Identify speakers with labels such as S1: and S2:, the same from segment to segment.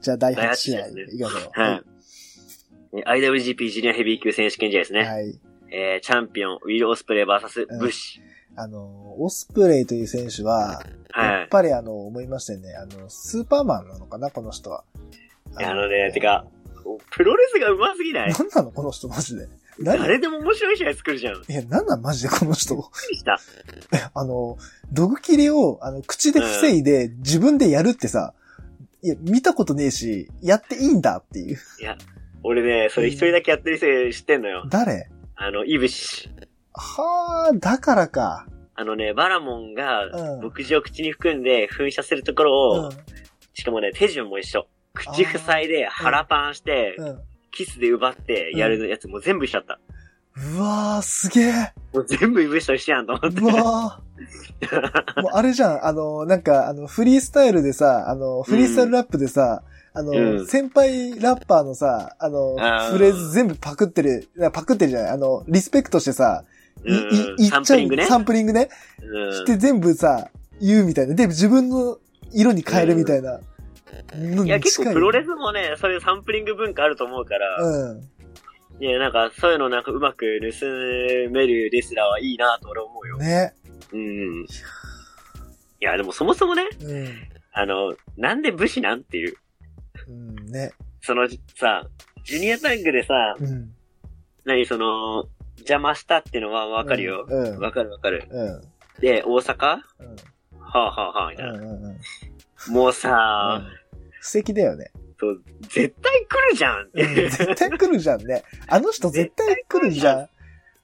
S1: じゃあ第8試合、いきましょう。
S2: はい。IWGP ジュニアヘビー級選手権試合ですね。
S1: はい。
S2: えー、チャンピオン、ウィル・オスプレイ VS ブッシュ。
S1: あの、オスプレイという選手は、
S2: は
S1: や
S2: い
S1: っ。ぱりあの、思いましたよね。あの、スーパーマンなのかな、この人は。
S2: あのね、てか、プロレスが上手すぎない
S1: なんなのこの人マジで。 何
S2: 誰でも面白い試合作るじゃん。びっ
S1: いや、なんなんマジでこの人。
S2: くりした。
S1: あの、毒切れを、あの、口で防いで、自分でやるってさ、いや、見たことねえし、やっていいんだっていう。
S2: 俺ね、それ一人だけやってる人知ってんのよ。
S1: 誰
S2: あの、イブシ。
S1: はあ、だからか。
S2: あのね、バラモン
S1: う
S2: が
S1: ん
S2: 牧場を口に含んで噴射するところを、
S1: うん。
S2: しかもね、手順も一緒。口塞いで腹パンして、
S1: うん。
S2: キスで奪ってやるやつも全部しちゃった。
S1: うわー、すげえ。
S2: もう全部イブシと一緒やんと思って
S1: う。わー。もうあれじゃん、あの、なんか、あの、フリースタイルでさ、あの、フリースタイルラップでさ、あの、
S2: うん
S1: 先輩ラッパーのさ、あの、
S2: あー
S1: フレーズ全部パクってる、パクってるじゃないあの、リスペクトしてさ、い、
S2: うん
S1: い、い
S2: サ
S1: っ
S2: ン
S1: ち
S2: プ
S1: ゃ
S2: リング
S1: う、
S2: ね。
S1: サンプリングね。
S2: うん
S1: して全部さ、言うみたいな。で、自分の色に変えるみたいな。の
S2: い
S1: に
S2: や、結
S1: 近
S2: 構プロレスもね、そういうサンプリング文化あると思うから、
S1: うん。
S2: ね、なんかそういうのなんかうまく盗めるレスラーはいいなと俺思うよ。
S1: ね。
S2: うんうん。いや、でもそもそもね、
S1: うん。
S2: あの、なんで武士なんっていう。
S1: うん、ね。
S2: そのさ、ジュニアタングでさ、
S1: うん。
S2: 何その、邪魔したってのはわかるよ。
S1: うんうん
S2: わかるわかる。
S1: うん。うん。
S2: で、大阪は
S1: うん。
S2: あ、はあはあ、みたいな。
S1: うん。うん。
S2: もうさ、
S1: 素敵だよね。
S2: そう絶対来るじゃんっ
S1: う
S2: て
S1: ん。絶対来るじゃんね。あの人絶対来るじゃん。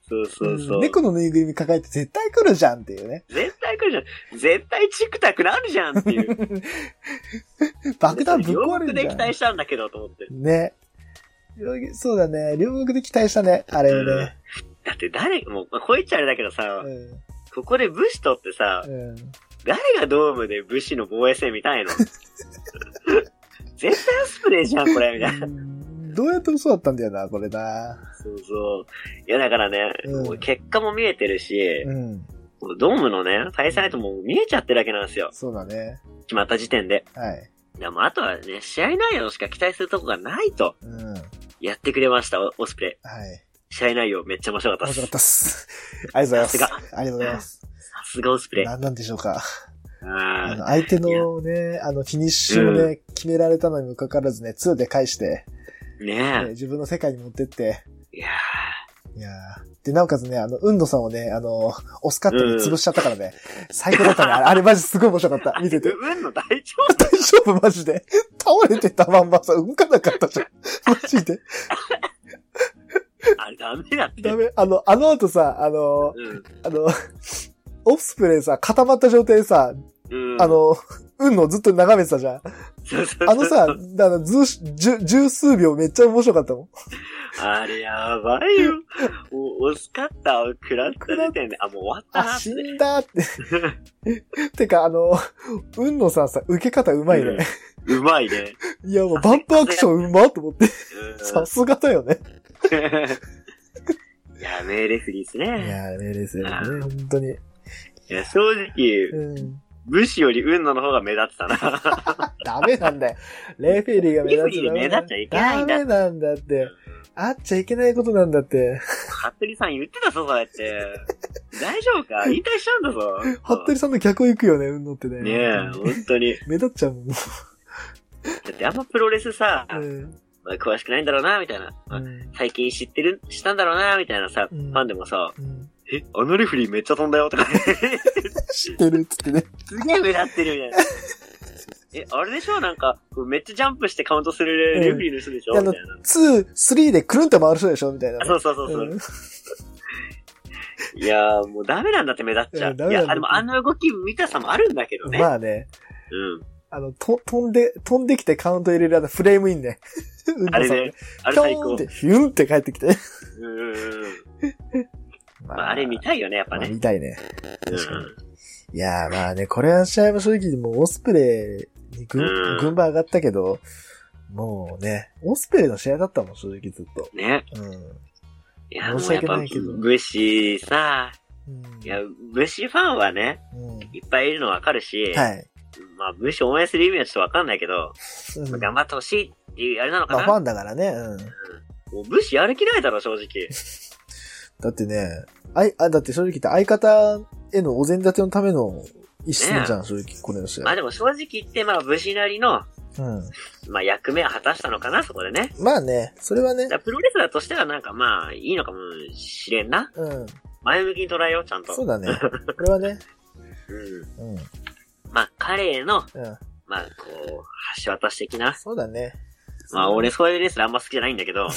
S2: そうそうそう。
S1: ん猫のぬいぐるみ抱えて絶対来るじゃんっていうね。
S2: 絶対来るじゃん。絶対チクタクなるじゃんっていう。
S1: 爆弾ぶっ壊れるじ
S2: でそよくで
S1: ゃ
S2: 期
S1: ん。
S2: 待したんだけどと思って。
S1: ね。そうだね。両国で期待したね。あれをね。
S2: だって誰、もう、まあこう言っちゃあれだけどさ、
S1: うん。
S2: ここで武士取ってさ、
S1: うん。
S2: 誰がドームで武士の防衛戦 見たいの絶対オスプレイじゃん、これ、みたいな。
S1: うんどうやってもそうだったんだよな、これな。
S2: そうそう。いや、だからね、
S1: うん
S2: もう結果も見えてるし、
S1: うん。
S2: もうドームのね、対戦相手も見えちゃってるわけなんですよ。
S1: そうだね。
S2: 決まった時点で。
S1: はい。
S2: でも、あとはね、試合内容しか期待するとこがないと、
S1: うん。はい。
S2: やってくれました、オオスプレ
S1: 面
S2: イ。試合内容めっちゃ面白かったっ
S1: 白かっ
S2: す。
S1: たっす。ありがとうござい
S2: さ
S1: ますす。ありがとうございます。
S2: さすがオスプレイ。
S1: 何なんでしょうか。
S2: あ
S1: あ
S2: ー
S1: の、相手のね、あの、フィニッシュを
S2: う
S1: ね、決められたのにもかかわらずね、2で返して、ね
S2: ね
S1: 自分の世界に持ってって、
S2: え。いや
S1: いやーで、なおかつね、あの、うんどさんをね、あの、オスカットに潰しちゃったからね、最高だったね。あれ、あれマジすごい面白かった。見て
S2: ー、
S1: て。
S2: うんの大丈
S1: 大丈夫マジで。倒れてたまんまさ、動かなかったじゃん。マジで。
S2: 夫あれダメだっ て。
S1: ダメ。あの、あの後さ、あの、
S2: うん。
S1: あの、オフスプレイさ、固まった状態でさ、
S2: うん。
S1: あ、の、うんのずっと眺めてたじゃん。
S2: そうそうそう
S1: あの さ、あ、の、ず、十、十数秒めっちゃ面白かったもん。
S2: あれやばいよ。お、オスカッターを食らった時点で、あ、もう終わったな
S1: あ、
S2: っ
S1: 死
S2: て。
S1: んだって。 てか、あの、うんのさんさ、受け方うまいね。
S2: うまいね。
S1: いや、もうバンプアクションうまっと思って。さ
S2: う
S1: すがだよね。
S2: ん。いや、名レフェリーです
S1: い
S2: ね。
S1: やー、名レスよね、本当に。
S2: いや、正直、
S1: うん。
S2: 武士より運のの方が目立ってたな。
S1: ダメなんだよ。レフェリーが目立つのは
S2: レフェリー目立っちゃいけないんだ
S1: ダメなんだって。あっちゃいけないことなんだって。
S2: 服部さん言ってたぞ、そうやって。大丈夫か引退しちゃうんだぞ。
S1: 服部さんの逆を行くよね、うんのってね。
S2: ねえ、本当に。
S1: 目立っちゃうもん。
S2: だってあんまプロレスさ、
S1: うん
S2: まあ詳しくないんだろうな、みたいな。まあ
S1: うん
S2: 最近知ってる、したんだろうな、みたいなさ、
S1: うん
S2: ファンでもさ、
S1: うん
S2: え、あのレフェリーめっちゃ飛んだよ、とか、 ね、
S1: 知ってるっつってね。
S2: すげえ目立ってる みたいな。え、あれでしょなんか、こうめっちゃジャンプしてカウントするレフェリーの人でしょ、
S1: うん
S2: みたいな。
S1: 2、3でくるんと回る人でしょみたいな
S2: あ。そうそうそうそう、
S1: うん
S2: いやー、もうダメなんだって目立っちゃ
S1: うん
S2: う。
S1: ダ
S2: い
S1: メなんだ
S2: や、でもあの動き見たさもあるんだけどね。
S1: まあね、
S2: うん。
S1: あの、と、飛んで、飛んできてカウント入れるあのフレームインね。うん
S2: あれ
S1: さん
S2: ね、あれ最
S1: ピョーン
S2: 高。
S1: って、ヒュンって帰ってきて。
S2: うんうんうん。
S1: ま
S2: まあ、あれ見たいよね、やっぱ
S1: まあ
S2: ね。
S1: 見たいね。
S2: うん
S1: 確かに。いやーまあね、これは試合も正直もうオスプレイに軍
S2: うん
S1: 軍配上がったけど、もうね、オスプレイの試合だったもん、正直ずっと。
S2: ね。
S1: うん。
S2: いや、も
S1: 申し
S2: うやっ
S1: 訳
S2: ぱ
S1: ないけど、
S2: 武士さ、
S1: うん
S2: いや、武士ファンはね、
S1: うん
S2: いっぱいいるのわかるし、
S1: はい。
S2: まあ、武士応援する意味はちょっとわかんないけど、
S1: うん
S2: 頑張ってほしいっていうあれなのか
S1: まあ、
S2: な。
S1: ファンだからね。うん。
S2: もう武士やる気ないだろ、正直。
S1: だってね、あい、あ、だって正直言って相方へのお膳立てのための一心じゃん、正直、これの試
S2: まあ
S1: 合。
S2: でも正直言って、まあ武士なりの、
S1: うん。
S2: まあ役目は果たしたのかな、そこでね。
S1: まあね、それはね
S2: だか、らプロレスラーとしてはなんかまあ、いいのかもしれんな。
S1: うん。
S2: 前向きに捉えよう、ちゃんと。
S1: そうだね。これはね、
S2: うん。
S1: うん。うん。
S2: まあ彼への、まあこう、橋渡し的な。
S1: そうだね。
S2: まあ俺そういうレースあんま好きじゃないんだ けど。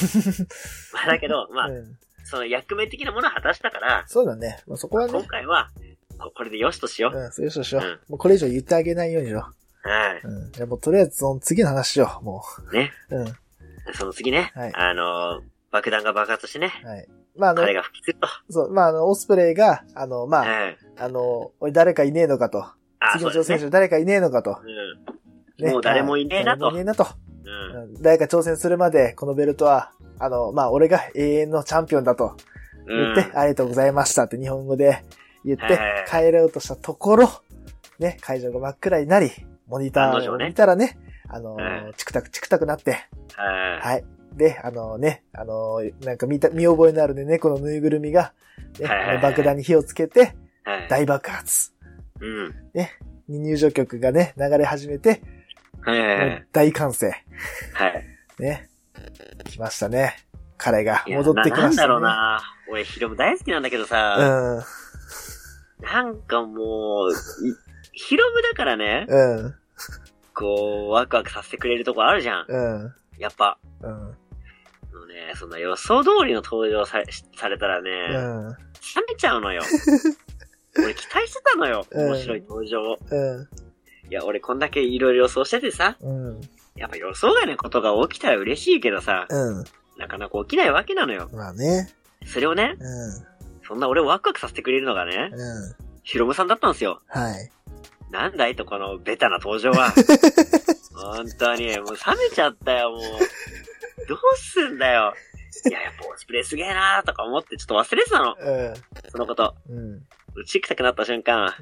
S2: まあだけど、まあ、
S1: うん。
S2: その役目的なものは果たしたから、
S1: そうだね。まあ、そこは
S2: 今
S1: ね、
S2: 回は、ここれでよしとしよう。
S1: うん、そうしようしよう
S2: うん。
S1: もうこれ以上言ってあげないようにしよ
S2: はい。
S1: う。うん。じゃあもうとりあえずその次の話しよう、も
S2: ね。
S1: う。うん。は
S2: その次ね、
S1: はい
S2: あのー、爆弾が爆発してね、
S1: い。まああの
S2: 彼、が吹きつると。
S1: そう、まああの、オスプレイが、あの、まあ、
S2: はい。
S1: あの、おい、誰かいねえのかと。
S2: あ、
S1: 次
S2: そ
S1: の
S2: うで
S1: 挑
S2: す
S1: 戦
S2: ね。
S1: 者誰かいねえのかと。
S2: うん。もう誰もいねえな
S1: は
S2: と
S1: 誰もい。ねえなと。
S2: うん。
S1: うん誰か挑戦するまで、このベルトは、あの、まあ、俺が永遠のチャンピオンだと
S2: う
S1: 言
S2: ん
S1: って、ありがとうございましたって日本語で言って
S2: はい、
S1: 帰ろうとしたところ、ね、会場が真っ暗になり、モニタ
S2: 案の
S1: ー
S2: 定
S1: を
S2: ね
S1: 見たらね、あの
S2: は、
S1: チクタクチクタクなって、
S2: は
S1: はい。で、あのね、あの、なんか見た、見覚えのあるね、猫のぬいぐるみが、ね、
S2: はい
S1: あの爆弾に火をつけて、
S2: い。はい。
S1: 大爆発。
S2: うん。
S1: に入場曲がね、流れ始めて、
S2: はいはいはい。
S1: 大歓声。
S2: はい。
S1: ね。来ましたね。彼が
S2: いや
S1: 戻ってき
S2: なな
S1: ま
S2: ん
S1: し
S2: だ
S1: た、ね。
S2: ろうな。俺、ヒロム大好きなんだけどさ、
S1: うん。
S2: なんかもう、いヒロムだからね、
S1: うん。
S2: こう、ワクワクさせてくれるとこあるじゃん。
S1: うん。
S2: やっぱ。
S1: うん。
S2: あのね、そんな予想通りの登場されしされたらね、
S1: うん。
S2: 冷めちゃ うのよ。俺期待してたのよ。
S1: うん
S2: 面白い登場を。
S1: うん。
S2: いや、俺こんだけいろいろ予想しててさ、
S1: うん。
S2: やっぱ予想外のことが起きたら嬉しいけどさ、
S1: う
S2: なかなか起きないわけなのよ。
S1: ん。まあね。
S2: それをね、
S1: うん。
S2: そんな俺をワクワクさせてくれるのがね、
S1: うん。
S2: ヒロムさんだったんですよ。
S1: はい。
S2: なんだいとこのベタな登場は。本当に、もう冷めちゃったよ、もう。どうすんだよ。いや、やっぱオスプレイすげえなーとか思ってちょっと忘れてたの、
S1: うん。
S2: そのこと。
S1: うん。
S2: ちくたくなった瞬間、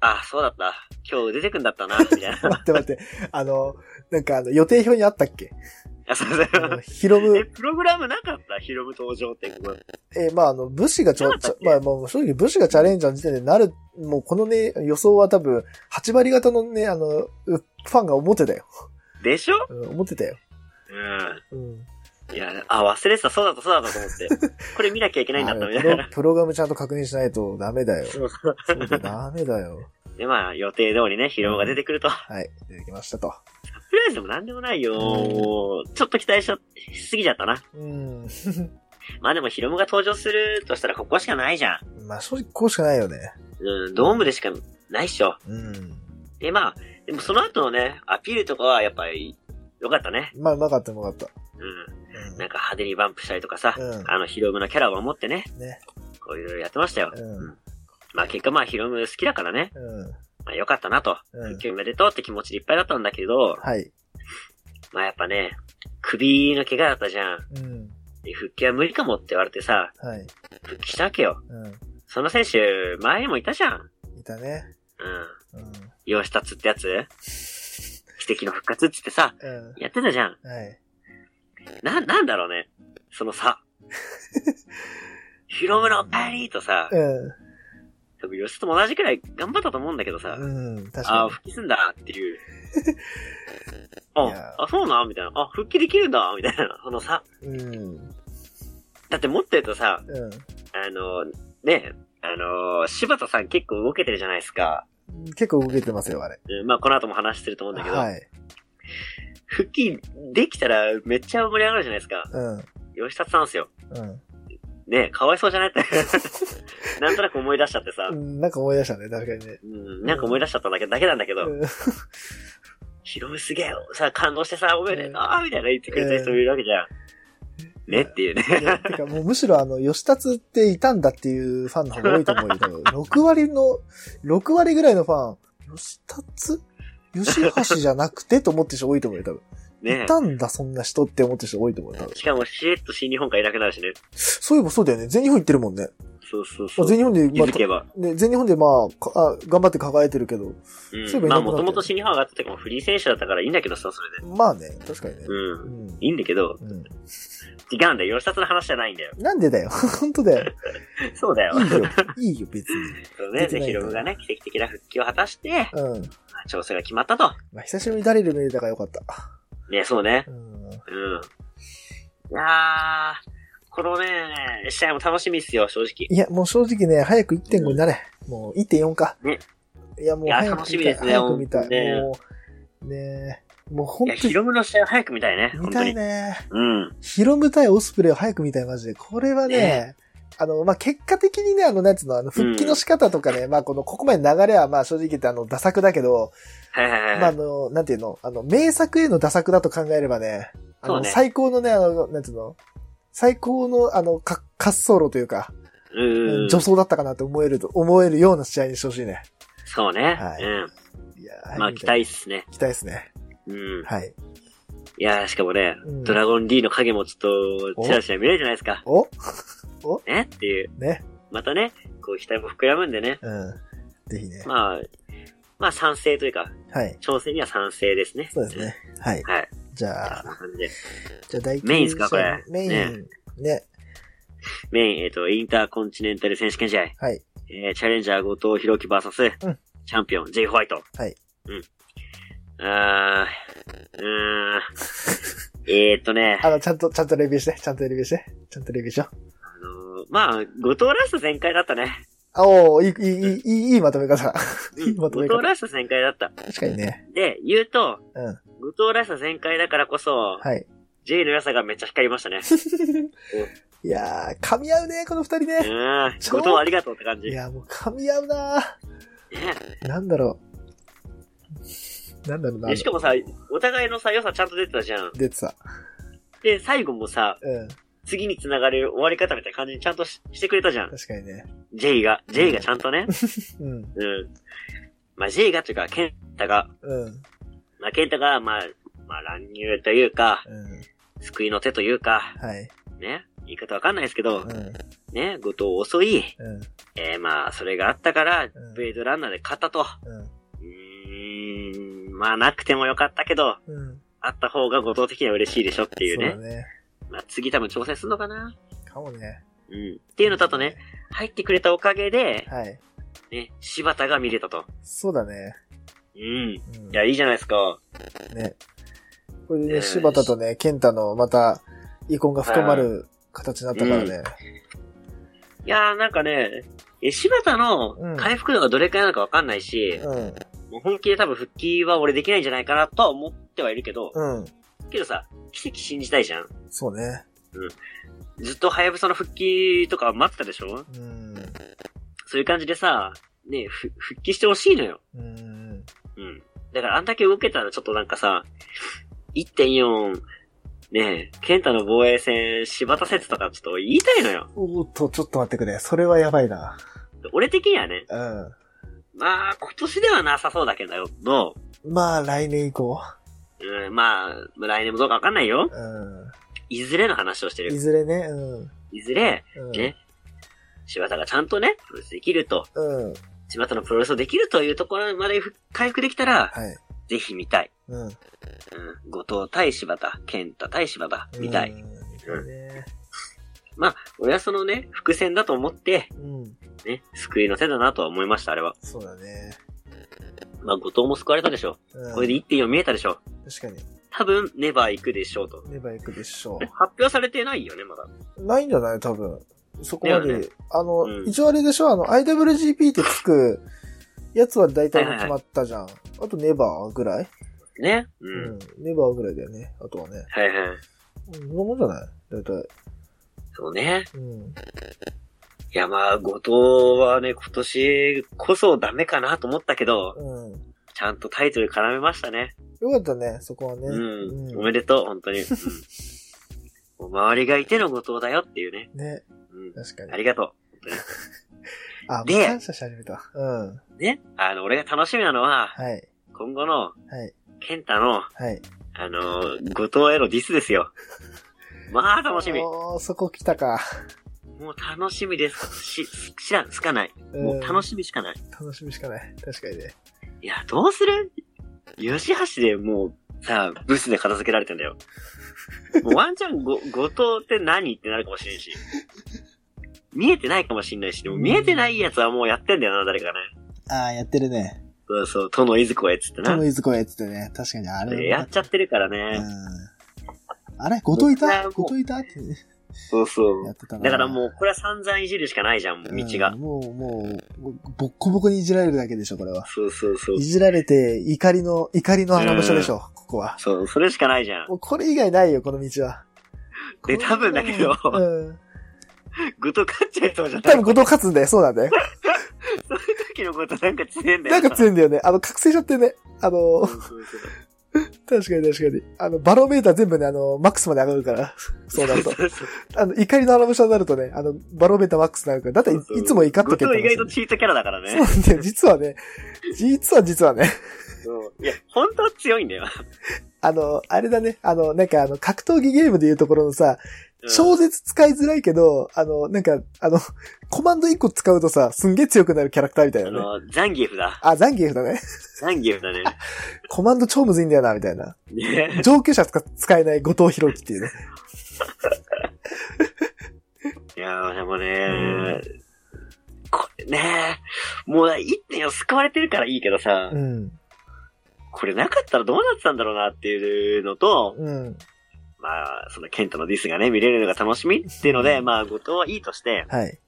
S2: あ、そうだった。今日出てくんだったな、みたいな。
S1: 待って待って。あの、なんかあの予定表にあったっけ
S2: あ、そうそう
S1: あ のヒロ
S2: え、
S1: ム、
S2: プログラムなかったヒロム登場って。ここ
S1: えーまああの、武士がちょ
S2: なか、っ
S1: ち
S2: たっ
S1: ょ
S2: け
S1: まあもう正直武士がチャレンジャーの時点でなる、もうこのね、予想は多分、8割方のね、あの、うファンが思ってたよ。
S2: でしょ
S1: うん、思ってたよ。
S2: う
S1: うん。
S2: ん。いや、あ、忘れてた、そうだった、そうだったと思って。 これ見なきゃいけないんだった、みたい
S1: プロ
S2: な。
S1: プログラムちゃんと確認しないとダメだよ。
S2: そうそう
S1: そうだよダメだよ。
S2: で、まあ、予定通りね、ヒロムが出てくると。
S1: はい。出てきましたと。
S2: とりあえずでもなんでもないよ。もうちょっと期待しちゃしすぎちゃったな。
S1: うん。
S2: まあでもヒロムが登場するとしたらここしかないじゃん。
S1: まあ正直こうしかないよね。
S2: うん、ドームでしかないっしょ。
S1: うん。
S2: で、まあ、でもその後のね、アピールとかはやっぱり、よかったね。
S1: まあうまかったうまかった。
S2: うん。
S1: うん
S2: なんか派手にバンプしたりとかさ、
S1: うん
S2: あの、ヒロムのキャラを守ってね、
S1: ね。
S2: こういろいろやってましたよ。
S1: うん
S2: まあ結果まあヒロム好きだからね、
S1: うん。
S2: まあよかったなと、
S1: うん
S2: 復帰おめでとうって気持ちでいっぱいだったんだけど、
S1: はい。
S2: まあやっぱね、首の怪我だったじゃん。
S1: うん。
S2: で復帰は無理かもって言われてさ、
S1: はい。
S2: 復帰したわけよ。
S1: う
S2: その選手、前にもいたじゃん。うん。
S1: ん。いたね。うん。
S2: 吉達ってやつ奇跡の復活っつってさ、
S1: う
S2: やってたじゃん。
S1: ん。はい。
S2: な、なんだろうね。その差。ヒロムのパリーとさ、
S1: うん。
S2: 多分吉田とも同じくらい頑張ったと思うんだけどさ、
S1: うん。確
S2: あ
S1: か
S2: あ、復帰すんだっていう。
S1: いや
S2: あ、あ、そうなんみたいな。あ、復帰できるんだみたいな。そのさ、
S1: に。うん。
S2: だってもっと言うとさ、
S1: う
S2: あの、ね、あの、柴田さん結構動けてるじゃないですか。
S1: ん。結構動けてますよ、あれ。
S2: うん、まあ、この後も話すると思うんだけど、
S1: はい。
S2: 復帰できたらめっちゃ盛り上がるじゃないですか。
S1: うん。
S2: 吉田さんですよ。
S1: うん
S2: ねかわいそう じゃないって。なんとなく思い出しちゃってさ
S1: う、ん。なんか思い出したね、確かにね。
S2: うん、なんか思い出しちゃっただけだけなんだけど、
S1: うん
S2: ヒロムすげえよ、さ、感動してさ、おめでとう
S1: う
S2: みたいな言ってくれた人もいるわけじゃん。ねっていうね。
S1: いや、てかもうむしろあの、吉達っていたんだっていうファンの方が多いと思うよ。多分6割の、6割ぐらいのファン、吉達吉橋じゃなくてと思ってる人多いと思うよ、多分。
S2: ね
S1: いたんだ、そんな人って思ってる人多いと思うよ、多分。
S2: しかもしれっと新日本からいなくなるしね。
S1: そういえばそうだよね。全日本行ってるもんね。
S2: そうそうそ
S1: まあ
S2: う。
S1: 全日本で、
S2: 気
S1: まあ
S2: づ、けば。
S1: ね、全日本でまあ、かあ頑張って抱えてるけど、
S2: う
S1: そういえばいなくなった
S2: ん。まあ、もともと新日本上がってたからフリー選手だったからいいんだけどさ、それで。
S1: まあね、確かにね。
S2: う。
S1: うんん。
S2: いいんだけど、
S1: うん。
S2: 違うんだよ。吉達の話じゃないん だよ。
S1: なんでだよ。本当だよ。
S2: そうだよ。
S1: いいよ。いいよ、別に。
S2: そうね、
S1: 出てない
S2: で、ヒ
S1: から
S2: ロムがね、奇跡的な復帰を果たして、
S1: うん。
S2: まあ調整が決まったと。
S1: まあ、久しぶりにダリル見れたからよかった。
S2: ね、そうね。
S1: うん。
S2: うん。いやー、このね、試合も楽しみっすよ、正直。
S1: いや、もう正直ね、早く1.5になれ。もう1.4か。
S2: ね
S1: いや、もう
S2: いや
S1: 早く見たい。
S2: 楽しみですね
S1: 早く見たい。
S2: ね
S1: もう、ねえもう本
S2: いや、
S1: 当
S2: ヒ
S1: に、
S2: ロムの試合を早く見たいね、
S1: 見
S2: 本当
S1: たい
S2: に。
S1: ね。
S2: うん。
S1: 広む対オスプレイを早く見たい、マジで。これはね、
S2: ね
S1: あの、まあ、結果的にね、あの、なんつうの、あの、復帰の仕方とかね、まあ、この、ここまでの流れは、まあ、正直言って、あの、打作だけど、
S2: はいはいはい。
S1: まあ、あの、なんていうの、あの、名作への打作だと考えればね、あ
S2: そ
S1: の、
S2: うね
S1: 最高のね、あの、なんていうの、最高の、あの、か滑走路というか、
S2: うん。
S1: 助走だったかなって思えると、思えるような試合にしてほしいね。
S2: そうね。
S1: はい
S2: うん。
S1: いやー
S2: まあ、期。
S1: 早く見たい
S2: 待っすね。
S1: 期待ですね。
S2: うん。
S1: はい。
S2: いやー、しかもね、
S1: うん
S2: ドラゴン D の影もちょっと、ちらちら見れるじゃないですか。
S1: お
S2: ねっていう。
S1: ね。
S2: またね、こう、期待も膨らむんでね。
S1: うん。ぜひね。
S2: まあ、まあ、賛成というか、
S1: はい。
S2: 調整には賛成ですね。
S1: そうですね。はい。
S2: うん。はい。
S1: じゃあ
S2: そん、な感じで。
S1: じゃあ第一
S2: メインっすかこれ
S1: メイン。ね
S2: ね。メイン、えっ、と、インターコンチネンタル選手権試合。
S1: はい。
S2: えー、チャレンジャー後藤弘樹 VS、
S1: うん
S2: チャンピオン、ジェイ・ホワイト。
S1: はい。
S2: うん。あ ー、うーん。えーっとね、あ
S1: あの、ちゃんと、ちゃんとレビューして。ちゃんとレビューして。ちゃんとレビューしよう。
S2: のーまあ、後藤ラスト全開だったね。
S1: あおー、いい、いい、いい、いいまとめ方。
S2: うん。
S1: ま
S2: 後
S1: とめ
S2: 藤
S1: 方
S2: ラスト全開だった。
S1: 確かにね。
S2: で、言うと、
S1: うん。
S2: 後藤ラスト全開だからこそ、
S1: はい。
S2: ジェイの良さがめっちゃ光りまし たね。
S1: いやー、噛み合うね、この二人
S2: う
S1: ね。
S2: ん。
S1: ちょ
S2: 後藤ありがとうって感じ。
S1: い
S2: ね
S1: や、もう噛み合うなーなんだろう。なんだろうな。
S2: でしかもさ、お互いのさ、良さちゃんと出てたじゃん。
S1: 出てた。
S2: で、最後もさ、
S1: うん。
S2: 次に繋がる終わり方みたいな感じにちゃんとししてくれたじゃん。
S1: 確かにね。
S2: ジェイが、ジェイがちゃんとね。
S1: うん。
S2: うん。まあ、ジェイがというか、ケンタが、
S1: うん。
S2: まあ、ケンタが、まあ、まあ、乱入というか、
S1: うん。
S2: 救いの手というか、
S1: はい。
S2: ね。言い方わかんないですけど
S1: う、ん。
S2: ね、後藤遅い。
S1: うん。
S2: えー、まあ、それがあったから
S1: ん、
S2: ブレードランナーで勝ったと。
S1: うん。
S2: うーん、まあ、なくてもよかったけど、
S1: うん。
S2: あった方が後藤的には嬉しいでしょっていう
S1: そうだ
S2: ね。
S1: ね。
S2: まあ、次多分挑戦するのかな。
S1: かもね。
S2: うん。っていうのと、あとね、。入ってくれたおかげで、
S1: はい。
S2: ね、柴田が見れたと。
S1: そうだね。
S2: うん。い
S1: うん。
S2: や、いいじゃないですか。
S1: ね。これで
S2: え
S1: ね、
S2: ー
S1: 柴田とね、健太のまた、遺恨が深まる形になったからね。
S2: いやーなんかね、え、柴田の回復度がどれくらいなのかわかんないし、
S1: うん。
S2: もう本気で多分復帰は俺できないんじゃないかなとは思ってはいるけど、
S1: うん。
S2: けどさ、奇跡信じたいじゃん
S1: そうね。
S2: ずっとハヤブサの復帰とか待ってたでしょ
S1: うん。
S2: そういう感じでさ、ね、ふ復帰してほしいのよ。
S1: うん。
S2: うん。だからあんだけ動けたらちょっとなんかさ、1.4、ねケンタの防衛戦、柴田説とかちょっと言いたいのよ。
S1: おーっと、ちょっと待ってくれ。それはやばいな。
S2: 俺的にはね、
S1: う
S2: まあ、今年ではなさそうだけど、
S1: ん。まあ、来年以降。
S2: うん、まあ、来年もどうかわかんないよ。
S1: う
S2: いずれの話をして
S1: ん。い
S2: る。
S1: ずれね、うん。
S2: いずれ、
S1: うん。
S2: ね、柴田がちゃんとね、プロレスできると、
S1: うん。
S2: 柴田のプロレスをできるというところまで回復できたら、
S1: はい。
S2: ぜひ見たい。
S1: うん。
S2: うん。後藤対柴田、健太対柴田、見たい。
S1: うん。見たいね。
S2: まあ、俺はそのね、伏線だと思って、
S1: うん。
S2: ね、救いの手だなとは思いました、あれは。
S1: そうだね。
S2: まあ、後藤も救われたでしょ。
S1: うん。
S2: これで1.4見えたでしょ。
S1: 確かに。
S2: 多分、ネバー行くでしょうと。
S1: ネバ行くでしょ
S2: え発表されてないよね、まだ。
S1: う。ないんじゃない多分。そこま
S2: だよ
S1: で。
S2: ね
S1: あの、
S2: うん
S1: 一応あれでしょあの、IWGP ってつくやつは大体もう決まったじゃん。あとネバーぐらい、
S2: ね。
S1: う
S2: うん。
S1: ネバーぐらいだよね。あとはね。
S2: はいはい。
S1: うんそんなもんじゃない大体。
S2: そうね。
S1: うん。
S2: いやまあ、後藤はね、今年こそダメかなと思ったけど、
S1: うん。
S2: ちゃんとタイトル絡めましたね。
S1: よかったね、そこはね。
S2: うん。お
S1: う
S2: めでとう、本当に。うんもう周りがいての後藤だよっていうね。
S1: ん。ね、
S2: う
S1: 確か
S2: ん。あ
S1: に。
S2: りがと
S1: あ、
S2: で
S1: 感謝し始めた。うん。
S2: う。ね。あの、俺が楽しみなのは、
S1: はい。
S2: 今後の、
S1: はい。
S2: ケンタの、
S1: はい。
S2: あのー後藤へのディスですよ。まあ、楽しみ。
S1: おーそこ来たか。
S2: もう楽しみです。し、す知らん、つかない。もう楽しみしかない。
S1: うん楽しみしかない。確かにね。
S2: いや、どうする吉橋でもう、さ、ブスで片付けられてんだよ。もうワンチャンご、後藤って何ってなるかもしれんし。見えてないかもしれないし、でも見えてないやつはもうやってんだよな、誰かね。
S1: ああ、やってるね。
S2: そうそう、殿いずこへつって
S1: ト
S2: な
S1: ム。イズコやつってね。確かにあれ
S2: やっちゃってるからね。
S1: うん。あれ後藤い
S2: 僕ら
S1: た
S2: も
S1: 後藤いたってね
S2: そうそう
S1: や。ってたな。
S2: だからもう、これは散々いじるしかないじゃん、もう
S1: う
S2: 道
S1: ん、
S2: が。
S1: もう、もう、ボッコボコにいじられるだけでしょ、これは。
S2: そうそうそう
S1: い。じられて、怒りの、怒りの穴場所でしょ、ここは。
S2: そう、それしかないじゃ ん。
S1: もうこれ以外ないよ、この道は。
S2: で多分だけど
S1: うん。
S2: ぐと勝っちゃいそうじゃん。
S1: 多分後藤勝つんだよ、そうなんだよ。
S2: 時のことなんか強いんだよ
S1: なんか強いんだよね。あの、覚醒症ってね、あの、
S2: そうそうそう
S1: 確かに確かに。あの、バロメーター全部ね、あの、マックスまで上がるから。そうなる と。
S2: そうそう
S1: あの、怒りのアラブシャになるとね、あの、バロメーターマックスになるから。だってい、いつも怒っとけっ
S2: 後
S1: て
S2: 藤
S1: 話
S2: 意外とチートキャラだから
S1: そう
S2: ね。
S1: なんだよ、実はね、実は実はね、
S2: そういや、本当は強いんだよ。
S1: あの、あれだね、あの、なんかあの、格闘技ゲームでいうところのさ、
S2: うん
S1: 超絶使いづらいけど、あの、なんか、あの、コマンド1個使うとさ、すんげえ強くなるキャラクターみたい
S2: あ
S1: なね。
S2: の、ザンギエフだ。
S1: あ、ザンギエフだね。
S2: ザンギエフだね。
S1: コマンド超むずいんだよな、みたいな。
S2: ね
S1: 上級者しか使えない後藤弘樹っていうね。
S2: いやー、でも
S1: ん
S2: ね、これね、もう一点を救われてるからいいけどさ、
S1: うん。
S2: これなかったらどうなってたんだろうなっていうのと、
S1: うん。
S2: まあ、そのケントのディスがね、見れるのが楽しみっていうので、まあ、後藤はいいとして、
S1: はい。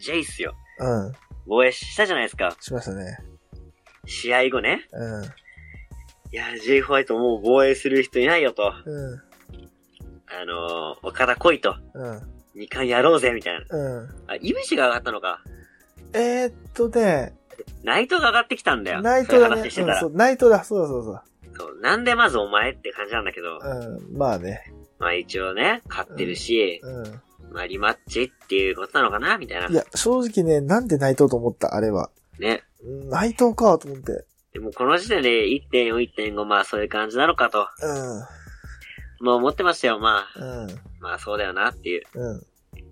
S2: ジェイスよ、
S1: うん。
S2: 防衛したじゃないですか。
S1: しましたね。
S2: 試合後ね。
S1: うん。
S2: いや、J ホワイトもう防衛する人いないよと。
S1: うん。
S2: あのー、岡田来いと。
S1: うん。
S2: 二冠やろうぜ、みたいな。
S1: うん。
S2: あ、イブシが上がったのか。
S1: えー、っとね、
S2: ナイトが上がってきたんだよ。
S1: ナイトだ
S2: そういう
S1: ね。
S2: 話
S1: うん、
S2: してたら。
S1: そう、ナイトだ。そうだそうだ
S2: そう。なんでまずお前って感じなんだけど。
S1: そうだ。うん。まあね。
S2: まあ一応ね、勝ってるし、
S1: うん。。
S2: まあリマッチっていうことなのかな、みたいない
S1: や、正直ね、なんで内藤と思った、あれは。
S2: ね。
S1: うん内藤か、と思って。
S2: でもこの時点で1.4、1.5、まあそういう感じなのかと。もう思ってましたよ、まあ。
S1: うん、うん、
S2: まあそうだよなっていう。
S1: うん、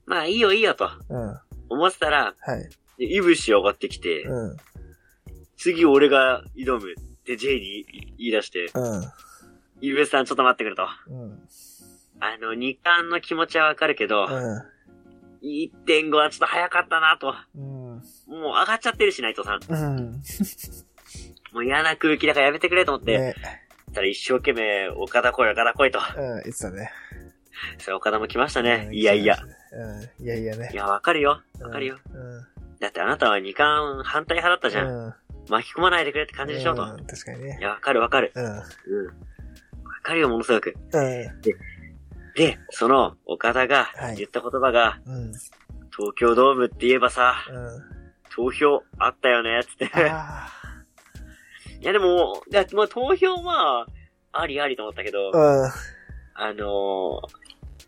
S2: まあいいよいいよと。
S1: うん。は
S2: 思ってたら、
S1: い。
S2: でイブシ上がってきて、
S1: うん、
S2: 次俺が挑むって J に言い出して、
S1: うん、
S2: イブさんちょっと待ってくれと。あ
S1: うん、
S2: の、二冠の気持ちはわかるけど、1.5はちょっと早かったなと。
S1: うん、
S2: もう上がっちゃってるし、内藤さん。
S1: うん。
S2: もう嫌な空気だからやめてくれと思って、
S1: ね、
S2: そしたら一生懸命、岡田来い、岡田来いと。
S1: うん、言ってたね。
S2: それ岡田も来ましたね
S1: う。ん
S2: いやいや。。
S1: うん、いやいやね
S2: い。や、わかるよ。
S1: うん
S2: わかるよ。。
S1: うん。
S2: だってあなたは二冠反対派だったじゃん。
S1: うん。
S2: 巻き込まないでくれって感じでしょ、と。
S1: うん確かにね
S2: い。や、わかるわかる。
S1: うん。
S2: うん。わかるよ、ものすごく。
S1: う
S2: で、その、岡田が
S1: はい
S2: 言った言葉が、
S1: ん。 うん。
S2: 東京ドームって言えばさ、
S1: うん。
S2: 投票あったよね、つって。
S1: あ
S2: いや、でも、いやまあ、投票は、ありありと思ったけど、
S1: あ。
S2: あの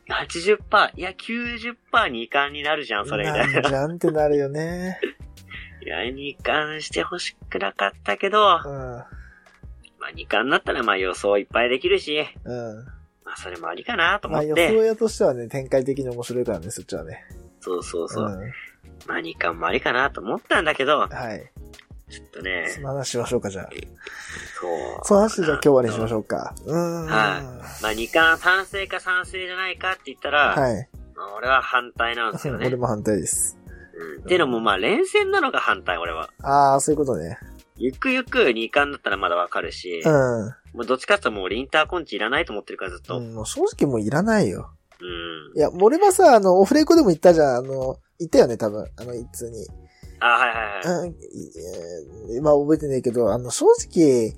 S2: ー、80%、いや、90%二冠になるじゃ、
S1: うんん。
S2: それみた
S1: な
S2: い
S1: ん
S2: な。
S1: じゃんってなるよね。
S2: いや、二冠してほしくなかったけど、
S1: うん。
S2: まあ、二冠になったら、まあ、予想いっぱいできるし、
S1: うん。
S2: まあ、それもありかなと
S1: ま
S2: 思
S1: あ
S2: っ
S1: 予
S2: て、
S1: 想屋としてはね、展開的に面白いからね、そっちはね。
S2: そうそうそうう、
S1: ん。
S2: まあ、二冠もありかなと思ったんだけど、
S1: はい。
S2: ちょっとね、
S1: その話しましょうか、じゃあ。
S2: そう。
S1: その話じゃあ今日はねしましょうか。うーん。
S2: はまあ、二冠賛成か賛成じゃないかって言ったら、
S1: はい。
S2: まあ俺は反対なんですよ ね
S1: 俺。も反対です。
S2: うんっていうのもまあ連戦なのが反対、俺は。
S1: ああ、そういうことね。
S2: ゆくゆく二冠だったらまだわかるし、
S1: うん。
S2: もうどっちかっていうともう俺インターコンチいらないと思ってるからずっと。
S1: う
S2: うん。
S1: ん、もう正直もういらないよ。いや、俺はさ、あの、オフレコでも言ったじゃん。あの、言ったよね、多分。あの、いつに。
S2: あ、はいはいはい。
S1: うんい、えー今覚えてないけど、あの、正直、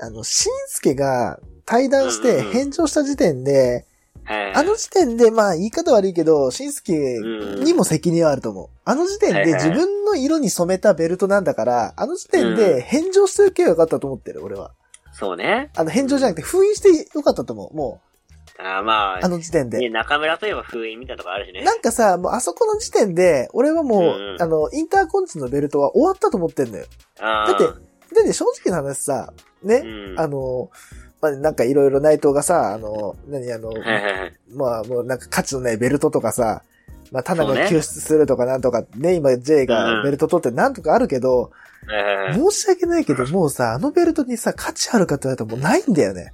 S1: あの、しんすけが対談し
S2: うん
S1: て
S2: うんうん
S1: 返上した時点で、
S2: はいはい
S1: あの時点で、まあ、言い方悪いけど、しんすけにも責任はあると思う。あの時点
S2: はい
S1: で
S2: はい
S1: 自分の色に染めたベルトなんだから、あの時点
S2: うん
S1: で返上しておけばよかったと思ってる、俺は。
S2: そうね。
S1: あの、返上じゃなくて封印してよかったと思う、も
S2: あーま
S1: う、あ
S2: あ、
S1: の時点
S2: ね、
S1: で。
S2: 中村といえば封印みたいなとこあるしね。
S1: なんかさ、もうあそこの時点で、俺はも
S2: うんう
S1: う、
S2: ん
S1: あの、インターコンチのベルトは終わったと思ってんのよ。
S2: あ
S1: だ
S2: ー
S1: って、でね、正直な話さ、
S2: う
S1: ね、
S2: ん。
S1: あの、まあ、なんかいろいろ内藤がさ、あの、何、あの、
S2: はいはいはい。
S1: まあ、もうなんか価値のないベルトとかさ、まあ、田中
S2: そうね
S1: 救出するとかなんとか、ね、今 J がベルト取ってなんとかあるけど、
S2: え
S1: 申し訳ないけど、もうさ、あのベルトにさ、価値あるかって言われたらもうないんだよね。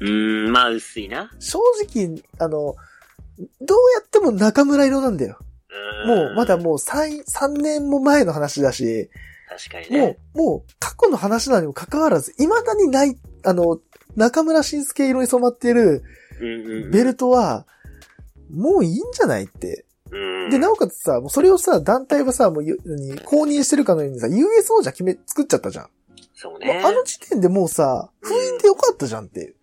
S2: えうーん、まあ、薄いな。
S1: 正直、あの、どうやっても中村色なんだよ。
S2: うーん
S1: もう、まだもう3、三年も前の話だし、
S2: 確かにね。
S1: もう、もう過去の話なのにも関わらず、未だにない、あの、中村晋介色に染まってる
S2: うんうんうん
S1: ベルトは、もういいんじゃないって。
S2: うん
S1: で、なおかつさ、もうそれをさ、団体はさ、もうゆ、に公認してるかのようにさ、USO じゃ決め、作っちゃったじゃん。
S2: そう
S1: もう
S2: ね。
S1: あの時点でもうさ、封印でよかったじゃんっていう。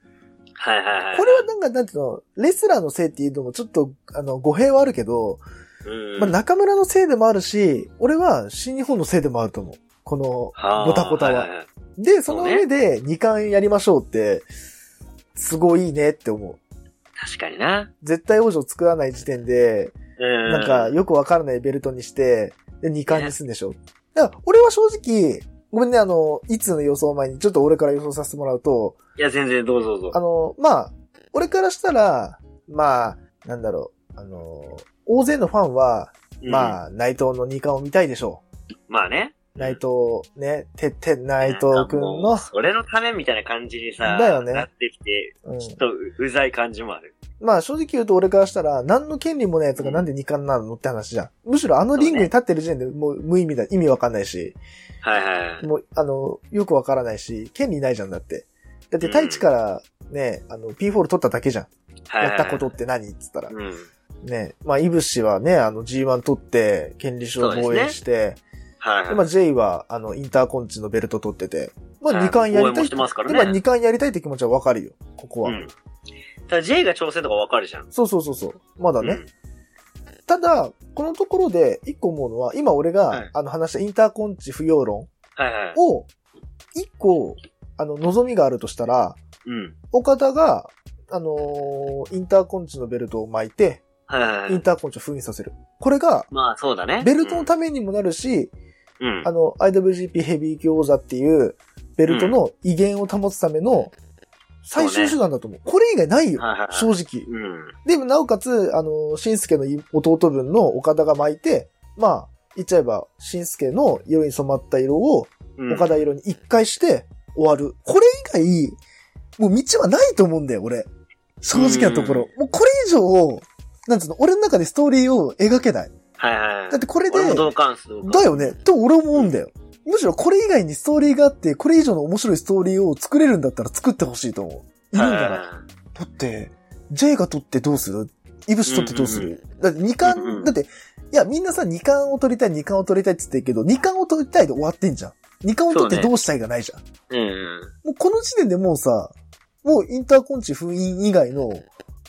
S2: はいはいはい。
S1: これはなんか、なんていうの、レスラーのせいっていうのもちょっと、あの、語弊はあるけど、
S2: うん、
S1: まあ、中村のせいでもあるし、俺は新日本のせいでもあると思う。この、
S2: はあ
S1: ボタコタはい
S2: いい
S1: で、その上で2冠やりましょうって、すごいいいねって思う。
S2: 確かにな。
S1: 絶対王女作らない時点で、
S2: うん。
S1: なんか、よくわからないベルトにして、で、2冠にすんでしょ。だから、俺は正直、ごめんね、あの、いつの予想前に、ちょっと俺から予想させてもらうと、
S2: いや、全然どうぞどう
S1: あ
S2: ぞ。
S1: の、まあ、俺からしたら、まあ、なんだろう、あの、大勢のファンは、
S2: あ。
S1: まあ、内藤の2冠を見たいでしょ
S2: まあね。
S1: う。内藤、ね、てって、内藤
S2: なんか
S1: くん
S2: もう
S1: の、
S2: それのためみたいな感じにさ、
S1: だよね
S2: なってきて、
S1: うん
S2: ちょっとううざい感じもある。
S1: まあ正直言うと俺からしたら、何の権利もない奴がなんで二冠なのって話じゃん。むしろあのリングに立ってる時点でもう無意味だ、意味わかんないし、
S2: はいはいはい。
S1: もう、あの、よくわからないし、権利ないじゃんだって。だって太一からね、あの、P4 取っただけじゃん。やったことって何っつったら
S2: は。いはいはい。うん。
S1: ね、まあ、イブシはね、あの、G1 取って、権利書を防衛して、
S2: はいはい。
S1: で、まあ、J は、あの、インターコンチのベルト取ってて、まあ、二冠やりた
S2: 応援も
S1: い。
S2: してますから
S1: で、
S2: ね
S1: まあ、二冠やりたいって気持ちはわかるよ、ここは。
S2: うん。ただ J が挑戦とかわかるじゃん。
S1: そうそうそうそう。まだね。
S2: うん
S1: ただ、このところで一個思うのは、今俺が、
S2: はい
S1: あの話したインターコンチ不要論
S2: はいはい。
S1: を、一個、あの、望みがあるとしたら、
S2: うん。
S1: 岡田が、あのーインターコンチのベルトを巻いて、
S2: はいはい
S1: イ
S2: は
S1: ン
S2: い。
S1: ターコンチを封印させる。これが、
S2: まあそうだね。
S1: ベルトのためにもなるし、
S2: め、うん
S1: あ。の、IWGP ヘビー級王座っていう、ベルトの威厳を保つための、最終手段だと思う。これ以外ないよ。
S2: はいはいはい
S1: 正直。
S2: うん。
S1: でも、なおかつ、あの、しんすけの弟分の岡田が巻いて、まあ、言っちゃえば、しんすけの色に染まった色を、
S2: うん
S1: 岡田色に一回して終わる。これ以外、もう道はないと思うんだよ、俺。正直なところ。もうこれ以上、なんつうの、俺の中でストーリーを描けない。
S2: はいはいはい。
S1: だってこれで、
S2: 俺も同感する。同
S1: だ
S2: 感
S1: よね、と俺思うんだよ。むしろこれ以外にストーリーがあって、これ以上の面白いストーリーを作れるんだったら作ってほしいと思う。いるんだな。
S2: はい
S1: だって、J が取ってどうするイブシ取ってどうする、だって二冠、
S2: うんうん
S1: だって、いや、みんなさ、二冠を取りたい、二冠を取りたいって言ってるけど、二冠を取りたいで終わってんじゃん。二冠を取ってどうしたいがないじゃん。
S2: うんうん。
S1: もうこの時点でもうさ、もうインターコンチ封印以外の、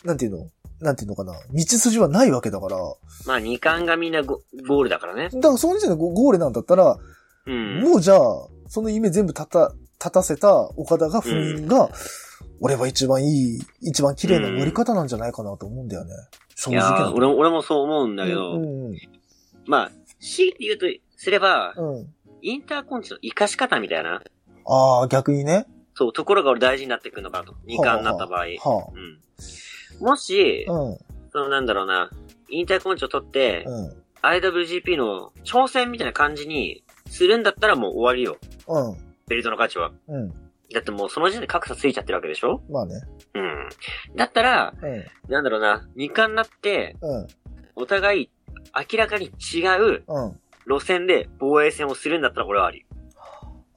S1: なんていうのなんていうのかな道筋はないわけだから。だ
S2: まあ二冠がみんなゴゴールだからね。
S1: からその時点でゴゴールなんだったら、
S2: うん。
S1: もうじゃあ、その夢全部立た、立たせた岡田が封印が、俺は一番いい、一番綺麗な終わり方なんじゃないかなと思うんだよね。正
S2: い
S1: 直
S2: や
S1: な
S2: ー俺も、俺もそう思うんだけど、
S1: うん、うん
S2: まあ、強いて言うと、すれば、
S1: うん。うん。
S2: インターコンチの活かし方みたいな、
S1: ああ、逆にね。
S2: そう、ところが俺大事になってくるのかなと。二冠になった場合。
S1: は
S2: うん。もし、
S1: あ。うん。
S2: そのなんだろうな、インターコンチを取って、
S1: うん。
S2: IWGP の挑戦みたいな感じにするんだったらもう終わりよ。
S1: うん。
S2: ベルトの価値は。
S1: うん。
S2: だってもうその時点で格差ついちゃってるわけでしょ
S1: まあね。
S2: うん。だったら、
S1: うん。
S2: なんだろうな、二冠になって、
S1: うん。
S2: お互い明らかに違う
S1: うん。
S2: 路線で防衛戦をするんだったら俺はあり。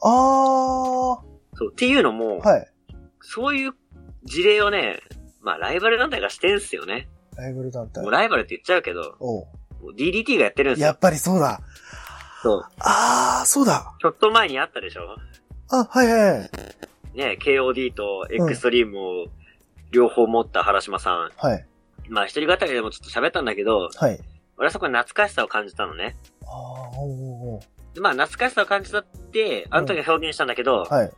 S1: ああ、は
S2: そう。っていうのも、
S1: い。
S2: そういう事例をね、まあライバル団体がしてんすよね。
S1: ライブル団体
S2: もう。ライバルって言っちゃうけど、
S1: おう
S2: もう DDT がやってるんです
S1: や
S2: よ。
S1: っぱりそうだ。
S2: そう。
S1: ああ、そうだ。
S2: ちょっと前にあったでしょ
S1: あ、はいはいはい。
S2: ね、KOD とエクストリームを両方持った原島さん。
S1: はい。
S2: まあ一人語りでもちょっと喋ったんだけど、
S1: はい。
S2: 俺はそこに懐かしさを感じたのね。
S1: ああ、おうおうおう
S2: でまあ懐かしさを感じたって、あの時は表現したんだけど、
S1: はい。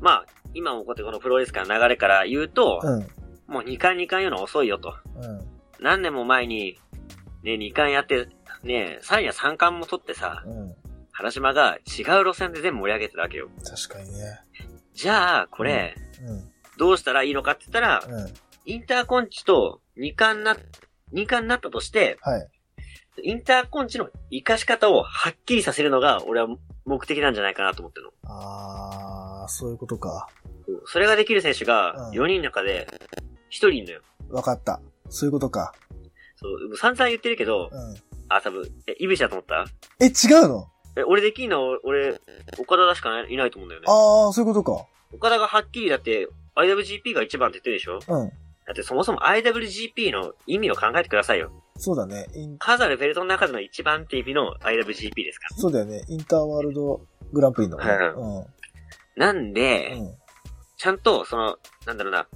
S2: まあ今起こってこのプロレス界の流れから言うと、
S1: うん。
S2: もう2巻2巻言うのは遅いよと。
S1: うん。
S2: 何年も前に、ね、2巻やって、ね、3や3巻も取ってさ、
S1: うん。
S2: 原島が違う路線で全部盛り上げてたわけよ。
S1: 確かにね。
S2: じゃあ、これ、
S1: うん。
S2: どうしたらいいのかって言ったら、
S1: うん。
S2: インターコンチと2巻な、2巻になったとして、
S1: はい。
S2: インターコンチの活かし方をはっきりさせるのが、俺は目的なんじゃないかなと思ってるの。
S1: あー、そういうことか。
S2: うんそれができる選手が
S1: うん
S2: 4人の中で1人いるのよ。
S1: わかった。そういうことか。
S2: そう、もう散々言ってるけど、
S1: うん。
S2: あ、多分、え、イブシだと思った
S1: え、違うの
S2: え、俺できんの俺、岡田しかないいないと思うんだよね。
S1: あー、そういうこと
S2: 岡田がはっきりだって、IWGP が一番って言ってるでしょ
S1: か。うん。
S2: だってそもそも IWGP の意味を考えてくださいよ。
S1: そうだね。イン
S2: 数あるベルトの中での一番って意味の IWGP ですか
S1: そうだよね。インターワールドグランプリの。
S2: はら。なんで、
S1: うん。うん。
S2: ちゃんと、その、なんだろうな、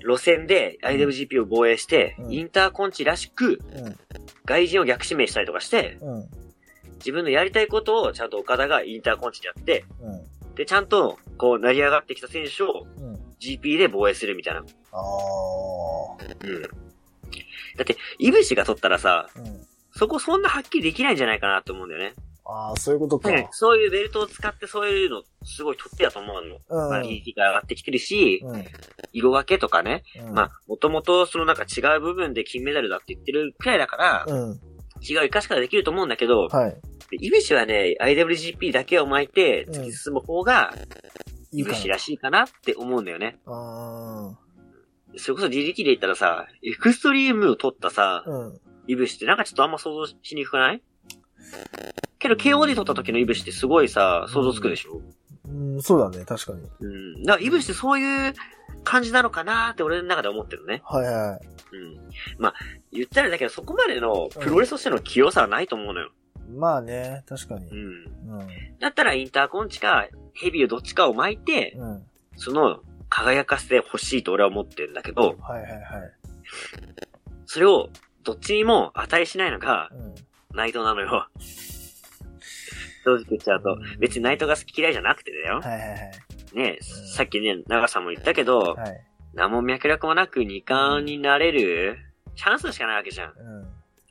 S2: 路線で IWGP を防衛して、
S1: うん
S2: インターコンチらしく、外人を逆指名したりとかして、
S1: うん。うん。
S2: 自分のやりたいことをちゃんと岡田がインターコンチでやって、
S1: うん。
S2: で、ちゃんと、こう、成り上がってきた選手を
S1: うん。
S2: GP で防衛するみたいな。うん。
S1: あー。
S2: だって、イブシが取ったらさ、
S1: うん。
S2: そこそんなはっきりできないんじゃないかなと思うんだよね。
S1: あー、そういうことか。
S2: はい、そういうベルトを使ってそういうの、すごい取ってやと思うの。
S1: うん。
S2: まあ、リーが上がってきてるし、
S1: うん。
S2: 色分けとかね。
S1: うん
S2: まあ、もともとそのなんか違う部分で金メダルだって言ってるくらいだから、
S1: うん。
S2: 違う生かし方できると思うんだけど、
S1: はい。
S2: イブシはね、IWGP だけを巻いて突き進む方が、
S1: い
S2: イ
S1: いか
S2: ブ
S1: な
S2: シらしいかなって思うんだよね。
S1: あ
S2: それこそ DDT で言ったらさ、エクストリームを取ったさ
S1: ー。、うん。
S2: イブシってなんかちょっとあんま想像しにくくないけど KO で取った時のイブシってすごいさ、想像つくでしょ
S1: うん、そうだね。確かに。
S2: うん。だからイブシってそういう感じなのかなって俺の中では思ってるね。
S1: はいはい。
S2: うん。まあ、言ったらだけどそこまでのプロレスとしての器用さはないと思うのよ。
S1: まあね。確かに
S2: う。ん。
S1: うん。
S2: だったらインターコンチかヘビーをどっちかを巻いて、
S1: うん。
S2: その輝かせてほしいと俺は思ってるんだけど、
S1: はいはいはい。
S2: それをどっちにも値しないのが
S1: うん。
S2: 内藤なのよ。正直言っちゃうと。別に内藤が好き嫌いじゃなくてだよ。
S1: はいはいはい。
S2: ねさっきね、長さんも言ったけど、
S1: はい。
S2: 何も脈絡もなく二冠になれるチャンスしかないわけじゃん。
S1: うん。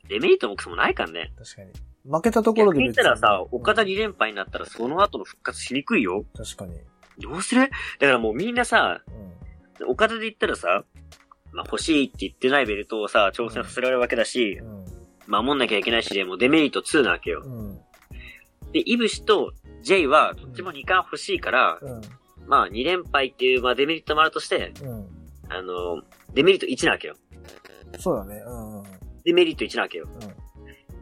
S2: デメリットもクソもないからね。
S1: 確かに。負けたところ
S2: 逆
S1: で
S2: に言ったらさ、岡田
S1: に。
S2: 2連敗になったらその後の復活しにくい
S1: う
S2: よ。
S1: ん確かに。
S2: どうする だからもうみんなさ、
S1: うん。
S2: 岡田で言ったらさ、まあ欲しいって言ってないベルトをさ、挑戦させられるわけだし
S1: う、ん。
S2: 守んなきゃいけないしで、もうデメリット2なわけよ
S1: う。ん。
S2: で、イブシと J はどっちも2冠欲しいから、
S1: うん。
S2: まあ2連敗っていう、まあデメリットもあるとして、
S1: うん。
S2: あの、デメリット1なわけよ。
S1: そうだね。うん。うんだか
S2: デメリット1なわけよ。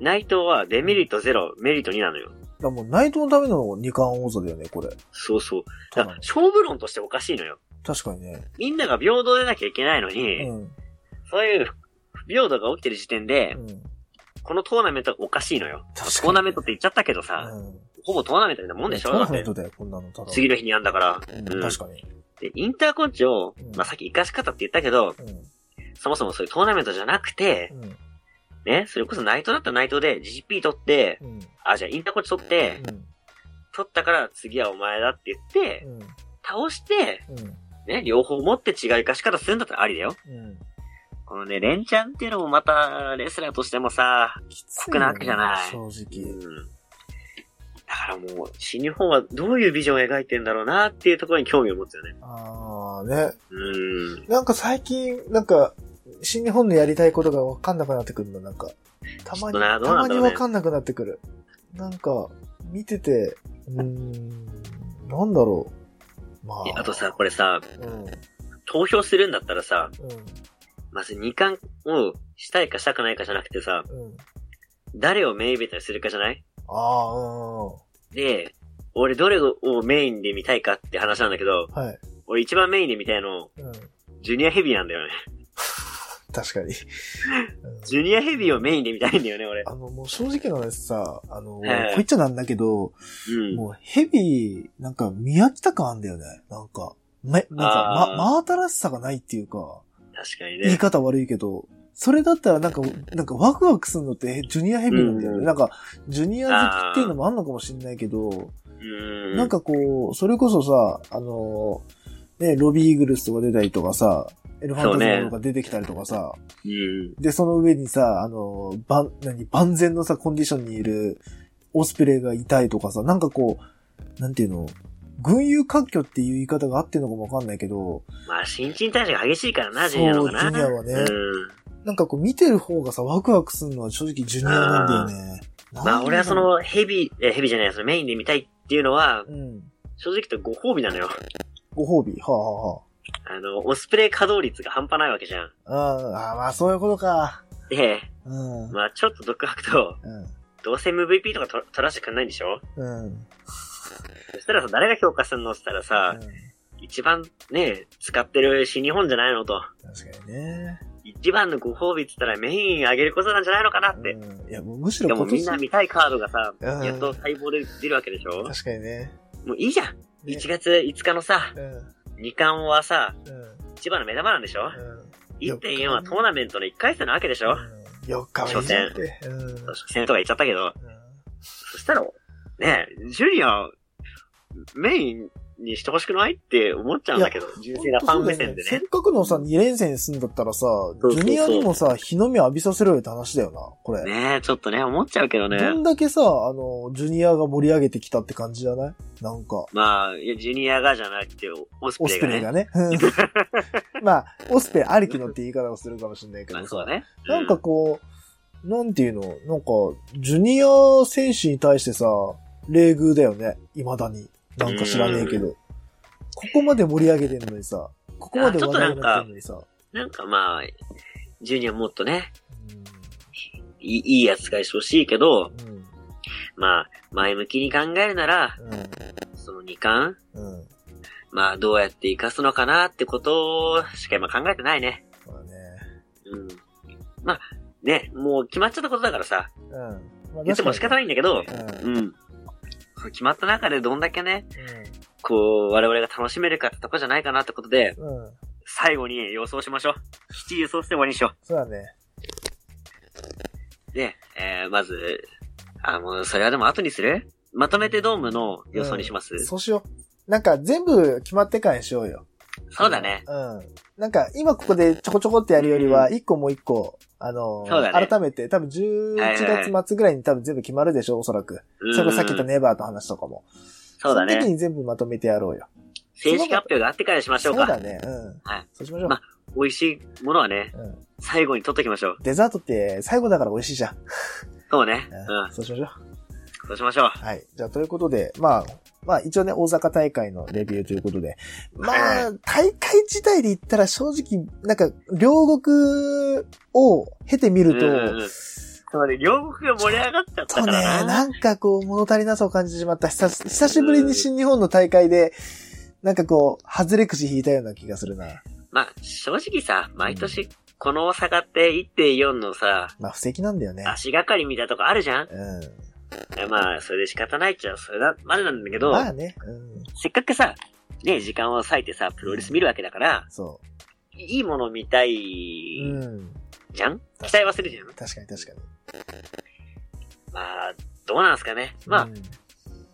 S2: 内藤はデメリット0、メリット2なのよ。
S1: らもう内藤のための二冠王座だよね、これ。
S2: そうそう。
S1: ただ
S2: だか
S1: の
S2: ら勝負論としておかしいのよ。
S1: 確かにね。
S2: みんなが平等でなきゃいけないのに、
S1: うん。
S2: そういう不平等が起きてる時点で
S1: う、ん。
S2: このトーナメントはおかしいのよ。
S1: 確かに。
S2: トーナメントって言っちゃったけどさ、
S1: うん。
S2: ほぼトーナメントみたいなもんでしょ
S1: トー
S2: だ
S1: ナ
S2: っ
S1: メン
S2: て
S1: トだよ、こんなの。ただの。
S2: 次の日にやんだから。
S1: うん。
S2: うん
S1: 確かに。
S2: で、インターコンチを
S1: うん、
S2: まあ、さっき生かし方って言ったけど、
S1: うん。
S2: そもそもそういうトーナメントじゃなくて、
S1: うん。
S2: ね、それこそナイトだったらナイトで GP 取って、
S1: うん。
S2: あ、じゃあインターコンチ取って、取ったから次はお前だって言って
S1: う、ん。
S2: 倒して、
S1: うん。
S2: ね、両方持って違う生かし方するんだったらありだよ。
S1: うん。
S2: このね、レンチャンっていうのもまた、レスラーとしてもさ、
S1: きつ
S2: 酷なわけじゃない
S1: 正直。
S2: だからもう、新日本はどういうビジョンを描いてんだろうなっていうところに興味を持つよね。
S1: あーね。
S2: うん。
S1: なんか最近、なんか、新日本のやりたいことがわかんなくなってくるの、なんか。たまに、
S2: ちょっとな
S1: た
S2: どうな
S1: ま
S2: んだ
S1: に
S2: ろうね
S1: わかんなくなってくる。なんか、見てて、うーん、なんだろう。ま
S2: で
S1: あ。
S2: あとさ、これさ、
S1: うん、うん、
S2: 投票するんだったらさ、まず2冠をしたいかしたくないかじゃなくてさ、
S1: うん。
S2: 誰をメインイベントにするかじゃない
S1: ああ、うん、うん
S2: で、俺どれをメインで見たいかって話なんだけど、
S1: はい。
S2: 俺一番メインで見たい
S1: う
S2: の、
S1: ん。
S2: ジュニアヘビーなんだよね。
S1: 確かに。うん
S2: ジュニアヘビーをメインで見たいんだよね、俺。
S1: あの、もう正直な話さ、あの、
S2: ええ
S1: こいっちゃなんだけど、
S2: うん。
S1: もうヘビー、なんか見飽きた感あんだよね。なんか、め、なんか
S2: あ、ー
S1: ま、真新しさがないっていうか。
S2: 確かに
S1: 言い
S2: ね。
S1: 方悪いけど、それだったらなんか、なんかワクワクするのってジュニアヘビーなんだよね。
S2: うん
S1: なんか、ジュニア好きっていうのもあんのかもしれないけど、
S2: うん。
S1: なん、かこう、それこそさ、あのー、ね、ロビーイーグルスとか出たりとかさ、エルファンタズムとか出てきたりとかさ、
S2: うん。
S1: で、その上にさ、あのー、ばん、何、万全のさ、コンディションにいるオスプレイがいたいとかさ、なんかこう、なんていうの、群雄割拠っていう言い方があってんのかもわかんないけど、
S2: まあ、新陳代謝が激しいからな、ジュニアの方がな。
S1: そうジュニアはね
S2: うん。
S1: なんかこう見てる方がさ、ワクワクするのは正直ジュニアなんだよね。なんだ
S2: ま
S1: ろ
S2: あ
S1: う
S2: 俺はそ、のヘビ、え、ヘビじゃない、そのメインで見たいっていうのは、
S1: うん。
S2: 正直言うとご褒美なのよ。
S1: ご褒美はあ、は
S2: あの、オスプレイ稼働率が半端ないわけじゃん。
S1: あはあ、うん。ああ、まあそういうことか。
S2: で、
S1: うん。うん。
S2: まあちょっと独白と、どうせ MVP とかと取らせてくんないんでしょ
S1: うん。うん。
S2: そしたらさ、誰が評価するのって言ったらさ、一番ね、使ってる新日本じゃないのと。
S1: 確かにね。
S2: 一番のご褒美って言ったらメイン上げることなんじゃないのかなって。
S1: うん。いや、もうむし
S2: で
S1: ろ
S2: も
S1: 今
S2: み
S1: 年
S2: んな見たいカードがさ、
S1: うん
S2: やっと待望で出るわけでしょ
S1: 確かにね。
S2: もういいじゃん。
S1: ね
S2: 1月5日のさ、
S1: うん。
S2: 2冠はさ、
S1: うん。
S2: 一番の目玉なんでしょ
S1: うん。
S2: ?1.4 はトーナメントの1回戦なわけでしょ
S1: よっかめいいじゃんって。うん。うん
S2: 初戦とか言っちゃったけど、そしたら、ねえ、ジュニア、メインにしてほしくないって思っちゃうんだけど、純粋なファン目線で
S1: せっ
S2: ね。
S1: かくのさ、2連戦すんだったらさ、
S2: そう
S1: ジ
S2: そう
S1: ュニアにもさ、日の目浴びさせろよって話だよな、これ。
S2: ねえ、ちょっとね、思っちゃうけどね。
S1: どんだけさ、あの、ジュニアが盛り上げてきたって感じじゃないなんか、
S2: まあ、いやジュニアがじゃなくて、オスプ
S1: オ
S2: レ
S1: ス
S2: イが
S1: プレイ
S2: ね。
S1: がね。うん まあ、オスプレイありきのって言い方をするかもしれないけ
S2: ま
S1: ど
S2: あ、そう
S1: さ
S2: だ。ね。
S1: なんかこう、なんていうのなんか、ジュニア選手に対してさ、冷遇だよね。未だに。なんか知らねえけど。ここまで盛り上げてんのにさ、ここまで話題になってんのにさ。
S2: うん。なんかまあ、ジュニアもっとね、
S1: う
S2: いいいい扱いしてほしいけど、
S1: ん。うん。
S2: まあ、前向きに考えるなら、その2冠、
S1: うん。うん。
S2: まあ、どうやって活かすのかなってことしか今考えてないね。
S1: そうだね。
S2: うん。まあ、ね、もう決まっちゃったことだからさ、
S1: うん。まあ
S2: 言っても仕方
S1: ない。
S2: ないんだけど、
S1: うん。う。
S2: うんん。決まった中でどんだけね、こう、我々が楽しめるかってとこじゃないかなってことで、
S1: うん。
S2: 最後に予想しましょう。7予想して終わりにしよ
S1: そうだね。
S2: う。で、えー、まず、あ、もう、それはでも後にするまとめてドームの予想にします。
S1: そうしよう。なんか全部決まってからにしようよ。
S2: そうだね。
S1: うん。なんか今ここでちょこちょこってやるよりは、
S2: う
S1: 一個もう一個、あのー
S2: そうだね
S1: 改めて、多分11月末ぐらいに多分全部決まるでしょ、おそらく。
S2: うん
S1: それこそさっき言ったネバーと話とかも。
S2: そうだ
S1: その時
S2: ね。
S1: に全部まとめてやろうよ。
S2: 正式発表があってからにしましょう
S1: そうだ
S2: か。
S1: ね。うん。
S2: はい。
S1: そうしましょう。
S2: ま美味しいものはね、
S1: うん。
S2: 最後に取っときましょう。
S1: デザートって最後だから美味しいじゃん。
S2: そうね。う
S1: うんん。。そうしましょう。
S2: そうしましょう。
S1: はい。じゃあ、ということで、まあ、まあ、一応ね、大阪大会のレビューということで。まあ、大会自体で言ったら正直、なんか、両国を経てみると、
S2: うんうんそうね、両国が盛り上がっちゃった
S1: そう
S2: か
S1: ね、
S2: らな。
S1: なんかこう、物足りなさを感じてしまった。久し久しぶりに新日本の大会で、なんかこう、外れ口引いたような気がするな。
S2: まあ、正直さ、毎年、この大阪って1.4のさ、
S1: まあ、不石なんだよね。
S2: 足がかりみたいなとこあるじゃん
S1: う
S2: まあ、それで仕方ないっちゃ、それだ、までなんだけ
S1: ん。
S2: ど、
S1: まあね、うん。
S2: せっかくさ、ね、時間を割いてさ、プロレス見るわけだから、
S1: そ。
S2: いいもの見たいう
S1: うん。
S2: じゃん期待はするじゃん
S1: 確かに確かに。
S2: まあ、どうなんすかね。まあ、
S1: うん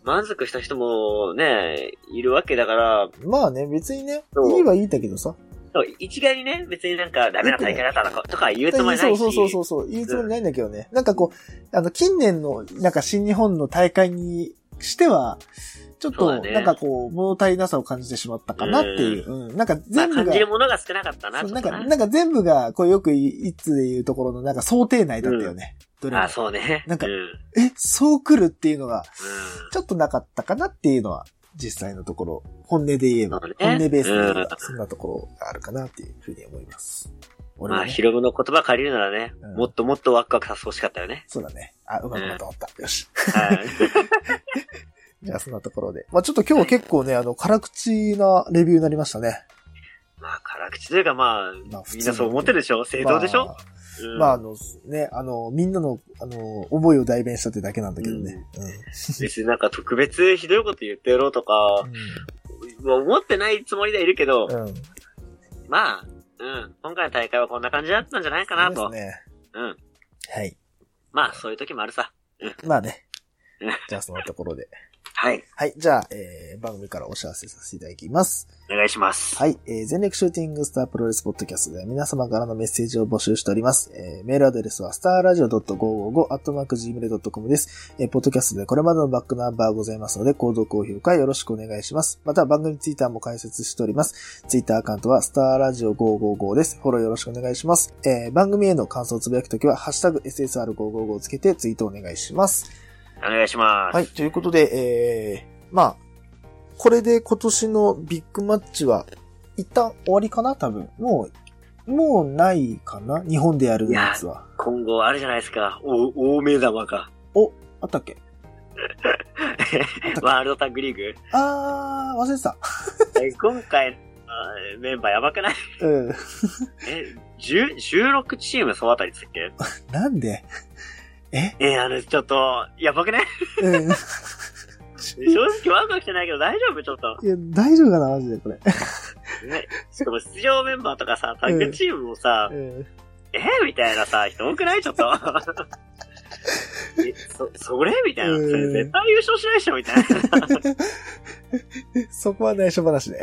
S2: 満足した人もね、いるわけだから、
S1: まあね、別にね
S2: そ、う
S1: いいはいいんだけどさ。
S2: そう一概にね、別になんかダメな大会だったのかとかは言うつもりないし。
S1: そうそうそうそう、言うつもりないんだけどね。なんかこう、あの、近年の、なんか新日本の大会にしては、ちょっ
S2: そうだ
S1: と、
S2: ね
S1: なんかこう、物足りなさを感じてしまったかなっていう。うん。なんか
S2: まあ、
S1: 全部
S2: 感じる
S1: が、
S2: ものが少なかったな、
S1: そ
S2: ちょ
S1: うな
S2: っ
S1: ん
S2: と
S1: か、
S2: な。
S1: なんか全部が、こうよくいいつで言うところの、なんか想定内だったよね。どれ
S2: あ、
S1: も。
S2: そうね。
S1: なんか
S2: うん。
S1: え、そう来るっていうのが、
S2: う
S1: ちょっとなかったかなっていうのは、実際のところ、本音で言えば、
S2: そうね
S1: 本音ベースで言え
S2: うん
S1: ば、そんなところがあるかなっていうふうに思います。
S2: ん。
S1: 俺
S2: まあ、
S1: は、ね
S2: ヒ、ロムの言葉借りるならね、
S1: うん。
S2: もっともっとワクワクさせてほしかったよね
S1: そうだね。あ、うまくまとまった。よし。
S2: はい。
S1: じゃあそんなところで。まあちょっと今日は結構ね、あの、辛口なレビューになりましたね。
S2: まあ、辛口というかまあ、
S1: まあ普通
S2: みんなそう思ってるでしょ正当でしょ、
S1: まあ、
S2: うん
S1: まああの、ね、あの、みんなの、あの、思いを代弁したってだけなんだけどね。
S2: 別になんか特別ひどいこと言ってやろうとか、まあ思ってないつもりではいるけど、
S1: うん。うん。うん、
S2: まあ、うん。今回の大会はこんな感じだったんじゃないかな
S1: そ
S2: と。
S1: うですね。
S2: うん。
S1: はい。
S2: まあ、そういう時もあるさ。
S1: まあね
S2: うん。
S1: じゃあそんなところで。
S2: はい。
S1: はい。じゃあ、えー、番組からお知らせさせていただきます。
S2: お願いします。
S1: はい。えー、全力シューティングスタープロレスポッドキャストでは皆様からのメッセージを募集しております。えー、メールアドレスは starradio.555.gmail.com です。えー、ポッドキャストでこれまでのバックナンバーございますので、購読、高評価よろしくお願いします。また番組ツイッターも開設しております。ツイッターアカウントは starradio555 です。フォローよろしくお願いします。えー、番組への感想をつぶやくときは、ハッシュタグ SSR555 をつけてツイートお願いします。
S2: お願いします。
S1: はい、ということで、えー、まあ、これで今年のビッグマッチは、一旦終わりかな多分。もう、もうないかな日本でやるやつは。
S2: 今後あるじゃないですか。お、大目玉か。
S1: あったっけ
S2: ワールドタッグリーグ。
S1: あー、忘れてた。
S2: え今回のあメンバーやばくない
S1: うん。
S2: え、10 16チーム総当たりっつったっけ
S1: なんでえ
S2: えあの、ちょっと、やば くない
S1: うん。い
S2: 正直ワクワクしてないけど大丈夫ちょっと。
S1: や、大丈夫かなマジで、これ。
S2: ね、しかも出場メンバーとかさ、タッグチームもさ、
S1: うん。
S2: えみたいなさ、人多くないちょっと。え、そ、それみたいな。それ
S1: うん
S2: 絶対優勝しないでしょみたいな。
S1: そこは内緒話で。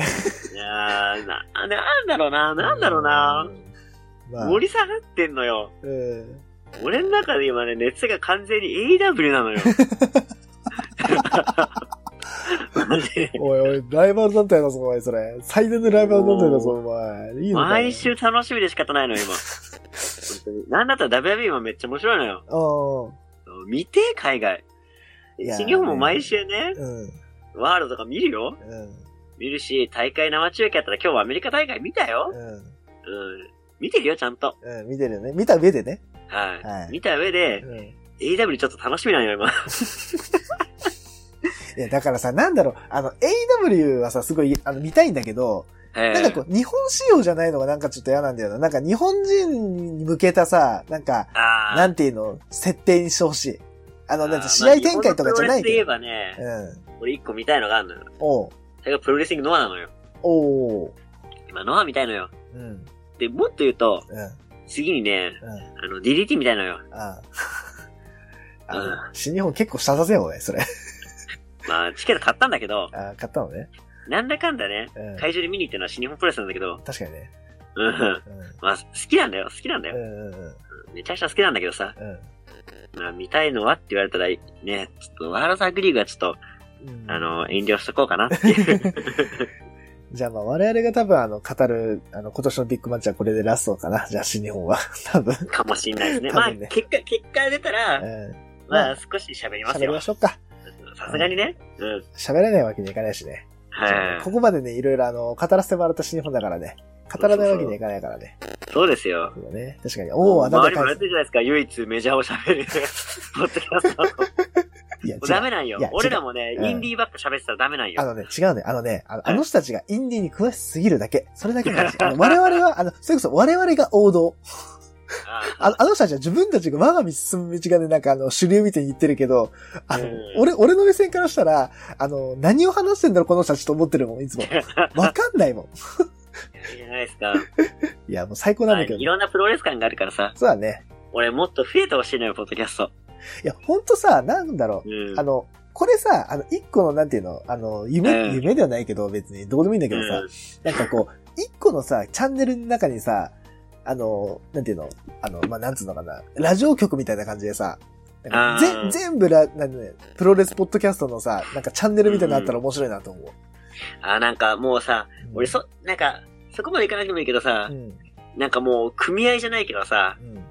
S2: いやーな、なんだろうな、なんだろうな。
S1: うん。まあ、
S2: 盛り下がってんのよ。
S1: うん。
S2: 俺の中で今ね、熱が完全に AW なのよ。マジで
S1: おいおい、ライバル団体だぞ、お前、それ。最大のライバル団体だぞ、お前。いいのかよ
S2: 毎。週楽しみで仕方ないのよ、今。本当になんだったら WB もめっちゃ面白いのよ。
S1: う
S2: 見て、海外。
S1: いやー
S2: 新日本も毎週ね、
S1: ん。うん。
S2: ワールドとか見るよ。
S1: うん。
S2: 見るし、大会生中継やったら今日はアメリカ大会見たよ。
S1: うん。
S2: うん。見てるよ、ちゃんと。
S1: うん、見てるよね。見た上でね。
S2: はい。
S1: はい
S2: 見た上
S1: う
S2: で、
S1: ん。
S2: AW ちょっと楽しみなのよ、今。
S1: いや、だからさ、なんだろう、あの、AW はさ、すごい、あの、見たいんだけど、なんかこう、日本仕様じゃないのがなんかちょっと嫌なんだよな。なんか日本人に向けたさ、なんか、
S2: う、あー
S1: なんていうの、設定にしてほしい。あの、なん
S2: あ
S1: か
S2: ー
S1: 試合展開とかじゃない
S2: まあ
S1: けど。
S2: 日本のプロレスで言えばね、
S1: うん。
S2: 俺一個見たいのがあるのよ。
S1: おう。
S2: それがプロレスリングノアなのよ。
S1: おう。
S2: 今、ノア見たいのよ。
S1: うん。うん。
S2: で、もっと言うと、
S1: うん。
S2: 次にね、あの、DDT 見たいのよ。
S1: ああ。
S2: うん
S1: あの、新日本結構下だぜ、おい、それ。
S2: まあ、チケット買ったんだけど、
S1: ああ、買ったのね。
S2: なんだかんだね、
S1: うん。
S2: 会場で見に行ってのは新日本プロレスなんだけど、
S1: 確かにね。
S2: うん。
S1: うん。
S2: まあ、好きなんだよ、好きなんだ
S1: う
S2: よ。
S1: んうんうん。
S2: めちゃくちゃ好きなんだけどさ、
S1: うん
S2: まあ、見たいのはって言われたら、ね、ちょっとワールドサークリーグはちょっと、
S1: うん。
S2: あの、遠慮しとこうかなっていう。
S1: じゃあまあ我々が多分あの語る、あの今年のビッグマッチはこれでラストかな。じゃあ新日本は。 多分。
S2: かもしんないですね。
S1: 多
S2: まあ、
S1: 分ね
S2: 結果、結果出た
S1: う
S2: ら、
S1: ん。
S2: まあ、少し喋ります
S1: 喋り
S2: よ
S1: ま。しょうか。
S2: さすがにね。うん。
S1: 喋らないわけにはいかないしね。
S2: はい
S1: こ。こまでね、いろいろあの、語らせてもらった新日本だからね。語らないわけにはいかないからね。
S2: そうですよ。
S1: そうだね。確かに。おお、あな
S2: 周
S1: た
S2: りもや
S1: 返
S2: っ
S1: す
S2: て。るじゃないですか。唯一メジャーを 喋る。ポッドキャスト。も
S1: いや、違
S2: うダ
S1: う。
S2: メなんよ
S1: いや違う。
S2: 俺らもね、
S1: うん
S2: インディーばっか喋ってたらダメなん
S1: あ
S2: よ。
S1: のね、違うね。あのね、あのあの人たちがインディーに詳しすぎるだけ。それだけの話。あの我々は、あの、それこそ我々が王道。あ
S2: あ
S1: のあの人たちは自分たちが我が道進む道がね、なんかあの、主流みたいに言ってるけど、あの、
S2: うん
S1: 俺、俺の目線からしたら、あの、何を話してんだろう、この人たちと思ってるもん、 いつも。わかんないも
S2: いいじゃないですか。
S1: ん。いや、もう最高なんだけ
S2: はい
S1: ど
S2: い。ろんなプロレス感があるからさ。
S1: そうだね。
S2: 俺もっと増えてほしいのよ、ポッドキャスト。
S1: いや、ほんとさ、なんだろ
S2: う
S1: う。
S2: ん。
S1: あの、これさ、あの、一個の、なんていうの、あの、夢、
S2: うん
S1: 夢ではないけど、別に、どうでもいいんだけどさ、なんかこう、一個のさ、チャンネルの中にさ、あの、なんていうの、あの、まあ、なんつうのかな、ラジオ局みたいな感じでさ、なんか
S2: あ
S1: ぜ
S2: ー
S1: 全部ラ、なんていうのプロレスポッドキャストのさ、なんかチャンネルみたいなのあったら面白いなと思う。
S2: うんあ、なんかもうさ、
S1: うん
S2: 俺そ、なんか、そこまでいかなくてもいいけどさ
S1: う、ん。
S2: なんかもう、組合じゃないけどさ、
S1: うん。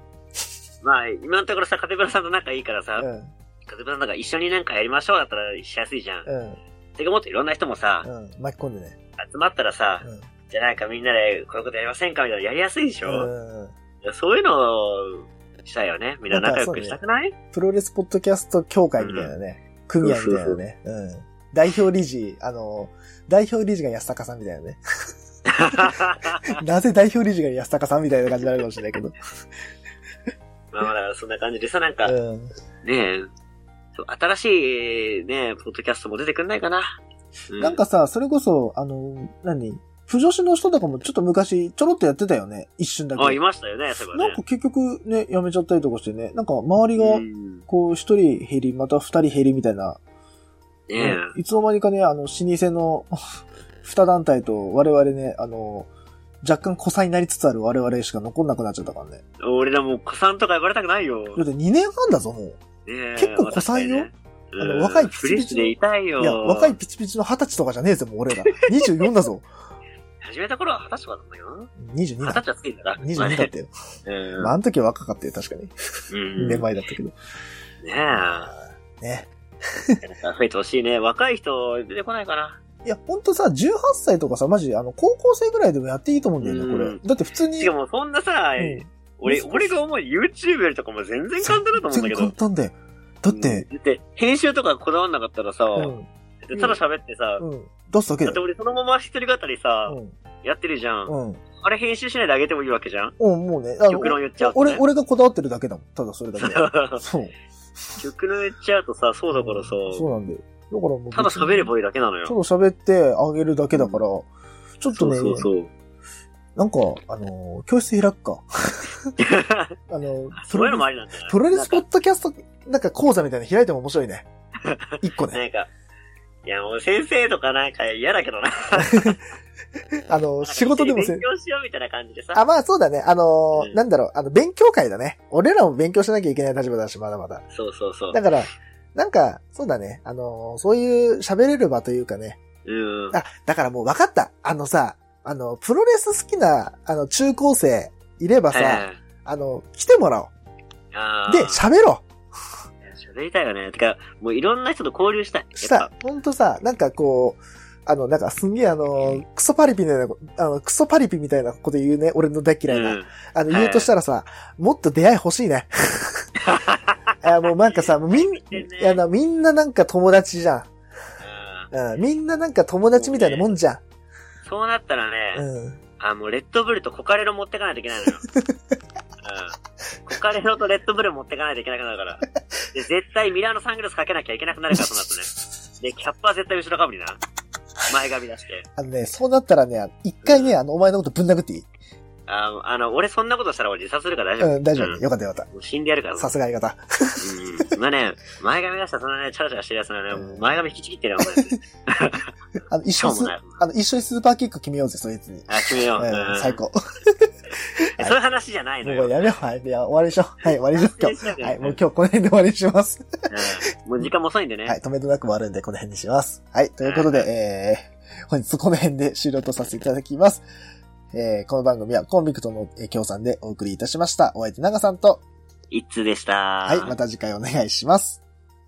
S2: まあ、今のところさ、カテブラさんと仲いいからさ、
S1: うん。
S2: カテブラさんとか一緒になんかやりましょうだったらしやすいじゃん。
S1: うん。
S2: それがもっといろんな人もさ、
S1: うん。巻き込んでね。
S2: 集まったらさ、
S1: うん。
S2: じゃあなんかみんなでこういうことやりませんかみたいなのやりやすいでしょ、
S1: うん
S2: そういうのをしたいよね。みんな仲良くしたくない
S1: プロレスポッドキャスト協会みたいなね。組合みたいなね。うん。代表理事、あの、代表理事が安高さんみたいな ね。なぜ代表理事が安高さんみたいな感じになるかもしれないけど。
S2: まあまあだからそんな感じでさ、なんか、ね
S1: うん。
S2: え、そう新しいね、ポッドキャストも出てくんないかな。う
S1: なんか、さ、それこそ、あの、何不女子の人とかもちょっと昔ちょろっとやってたよね。一瞬だけ。
S2: あ、いましたよね、そういえば
S1: なん
S2: ね
S1: か。結局ね、やめちゃったりとかしてね。なんか周りが
S2: う、ん
S1: こう一人減り、また二人減りみたいな
S2: ねえ。
S1: いつの間にかね、あの、老舗の 二団体と我々ね、あの、若干古参になりつつある我々しか残んなくなっちゃったからね。
S2: 俺らもう、子さんとか呼ばれたくないよ。
S1: だって2年半だぞ、もう。
S2: ねえ
S1: 結構子さんよ。
S2: ま
S1: あの
S2: うん
S1: 若いピチピチ
S2: フリースでいたいよ。
S1: いや、若い。ピチピチの二十歳とかじゃねえぜ、もう俺 ら。24だぞ。
S2: 始めた頃は二十歳とかだったよ。
S1: 22
S2: 二十
S1: だ。
S2: 歳はつけんだな。
S1: 22だったよ。
S2: うん。
S1: まあ、あの時は若かったよ、確かに。
S2: うん。
S1: 2年前だったけど。
S2: ねえ。
S1: ね。
S2: なんか増えてほしいね。若い人出てこないかな。
S1: いや、ほんとさ、18歳とかさ、マジ、あの、高校生ぐらいでもやっていいと思うんだよね、こ
S2: うん
S1: れ。だって普通に。
S2: しかもそんなさ、
S1: うん
S2: 俺、
S1: 難しい
S2: 俺が思う YouTube よりとかも全然簡単だと思うんだけど。
S1: 全然簡単だよ。だって、
S2: うんだって、編集とかこだわんなかったらさ、
S1: うん。
S2: でただ喋ってさ、
S1: うん。出すだけだ
S2: だって
S1: よ。
S2: 俺そのまま一人語りさ、
S1: うん。
S2: やってるじゃん,、
S1: うん。
S2: あれ編集しないであげてもいいわけじゃん
S1: うん、もうね。あの
S2: 極論言っちゃうとね
S1: 俺、俺がこだわってるだけだもん。ただそれだ けだ。そう。
S2: 曲の言っちゃうとさ、そうだからさ、
S1: そうなんだよ。だからもう。
S2: ただ喋れ
S1: い
S2: ばいいだけなのよ。
S1: ただ喋ってあげるだけだから、ちょっと
S2: そう
S1: ね、
S2: そうそう。
S1: なんか、あのー、教室開くか。あのー、
S2: そういうのもありなんじゃない
S1: プロレスポ
S2: なん
S1: ッドキャスト、なんか講座みたいなの開いても面白 いね。一個
S2: か
S1: ね。
S2: なんか、いやもう先生とかなんか嫌だけどな。
S1: あのー、仕事でもせ
S2: 勉、強しようみたいな感じでさ。
S1: あ、まあそうだね。あのー
S2: うん
S1: なんだろう、あの、勉強会だね。俺らも勉強しなきゃいけない立場だし、まだまだ。
S2: そうそうそう。
S1: だから、なんか、そうだね。あのーそういう喋れる場というかね、
S2: うん。
S1: あ、だからもう分かった。あのさ、あの、プロレス好きな、あの、中高生いればさ、
S2: え
S1: あの、来てもらお
S2: え
S1: う。
S2: あー
S1: で、喋ろ
S2: 喋りたいよね。てか、もういろんな人と交流したい。
S1: う。した
S2: やっぱ。。
S1: ほんとさ、なんかこう、あの、なんかすんげえあの、クソパリピみたいな、あの、クソパリピみたいなこと言うね。俺の大嫌いな。
S2: うん
S1: あの、
S2: はい
S1: 言うとしたらさ、もっと出会い欲しい ね。あもうなんかさ、みん、い
S2: てんね
S1: やな、みんななんか友達じゃん。うん、みんななんか友達みたいなもんじゃん。
S2: そうなったらね、
S1: うん。
S2: あ、もうレッドブルとコカレロ持ってかないといけないのよ。うん。コカレロとレッドブル持ってかないといけなくなるから。で、絶対ミラーのサングラスかけなきゃいけなくなるから、そうなるとね。で、キャップは絶対後ろかぶりな。前髪出して。
S1: あのね、そうなったらね、あの一回ね、あの、お前のことぶん殴っていい
S2: ああの、俺そんなことしたら俺自殺するから大丈夫。
S1: うん、大丈
S2: う
S1: 夫。
S2: ん
S1: よかったよかっ
S2: もう死んでやるから
S1: た。。さすが相方。
S2: うん。そんなね、前髪出したらそんなね、チャラチャラしてるやつならね、
S1: うん
S2: 前髪引きちぎってるよ、お前。
S1: あの、一
S2: し
S1: 緒
S2: ょ
S1: に
S2: う
S1: ス
S2: も、ない。
S1: あの、一緒にスーパーキック決めようぜ、そいつに。
S2: あ、決めよう。
S1: う
S2: うん
S1: ん、最高。も
S2: そういう話じゃない の
S1: う
S2: よ。
S1: やめよう。はい、いや、終わりでしょ。はい、終わりでしょ、今
S2: そういう話じ
S1: 日。
S2: ゃな
S1: はいい、もう今日この辺で終わりにします。
S2: うんもう時間も遅いんでね。
S1: はい、止めどなくもあるんで、この辺にします。はい、ということで、
S2: はい
S1: えー、本日この辺で終了とさせていただきます。えー、この番組はコンビクトのえー協賛でお送りいたしました。お相手長さんと、
S2: 一通でした。
S1: は、
S2: はい
S1: また次回お願いします。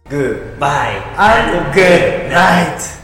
S2: バイ。
S1: and good night.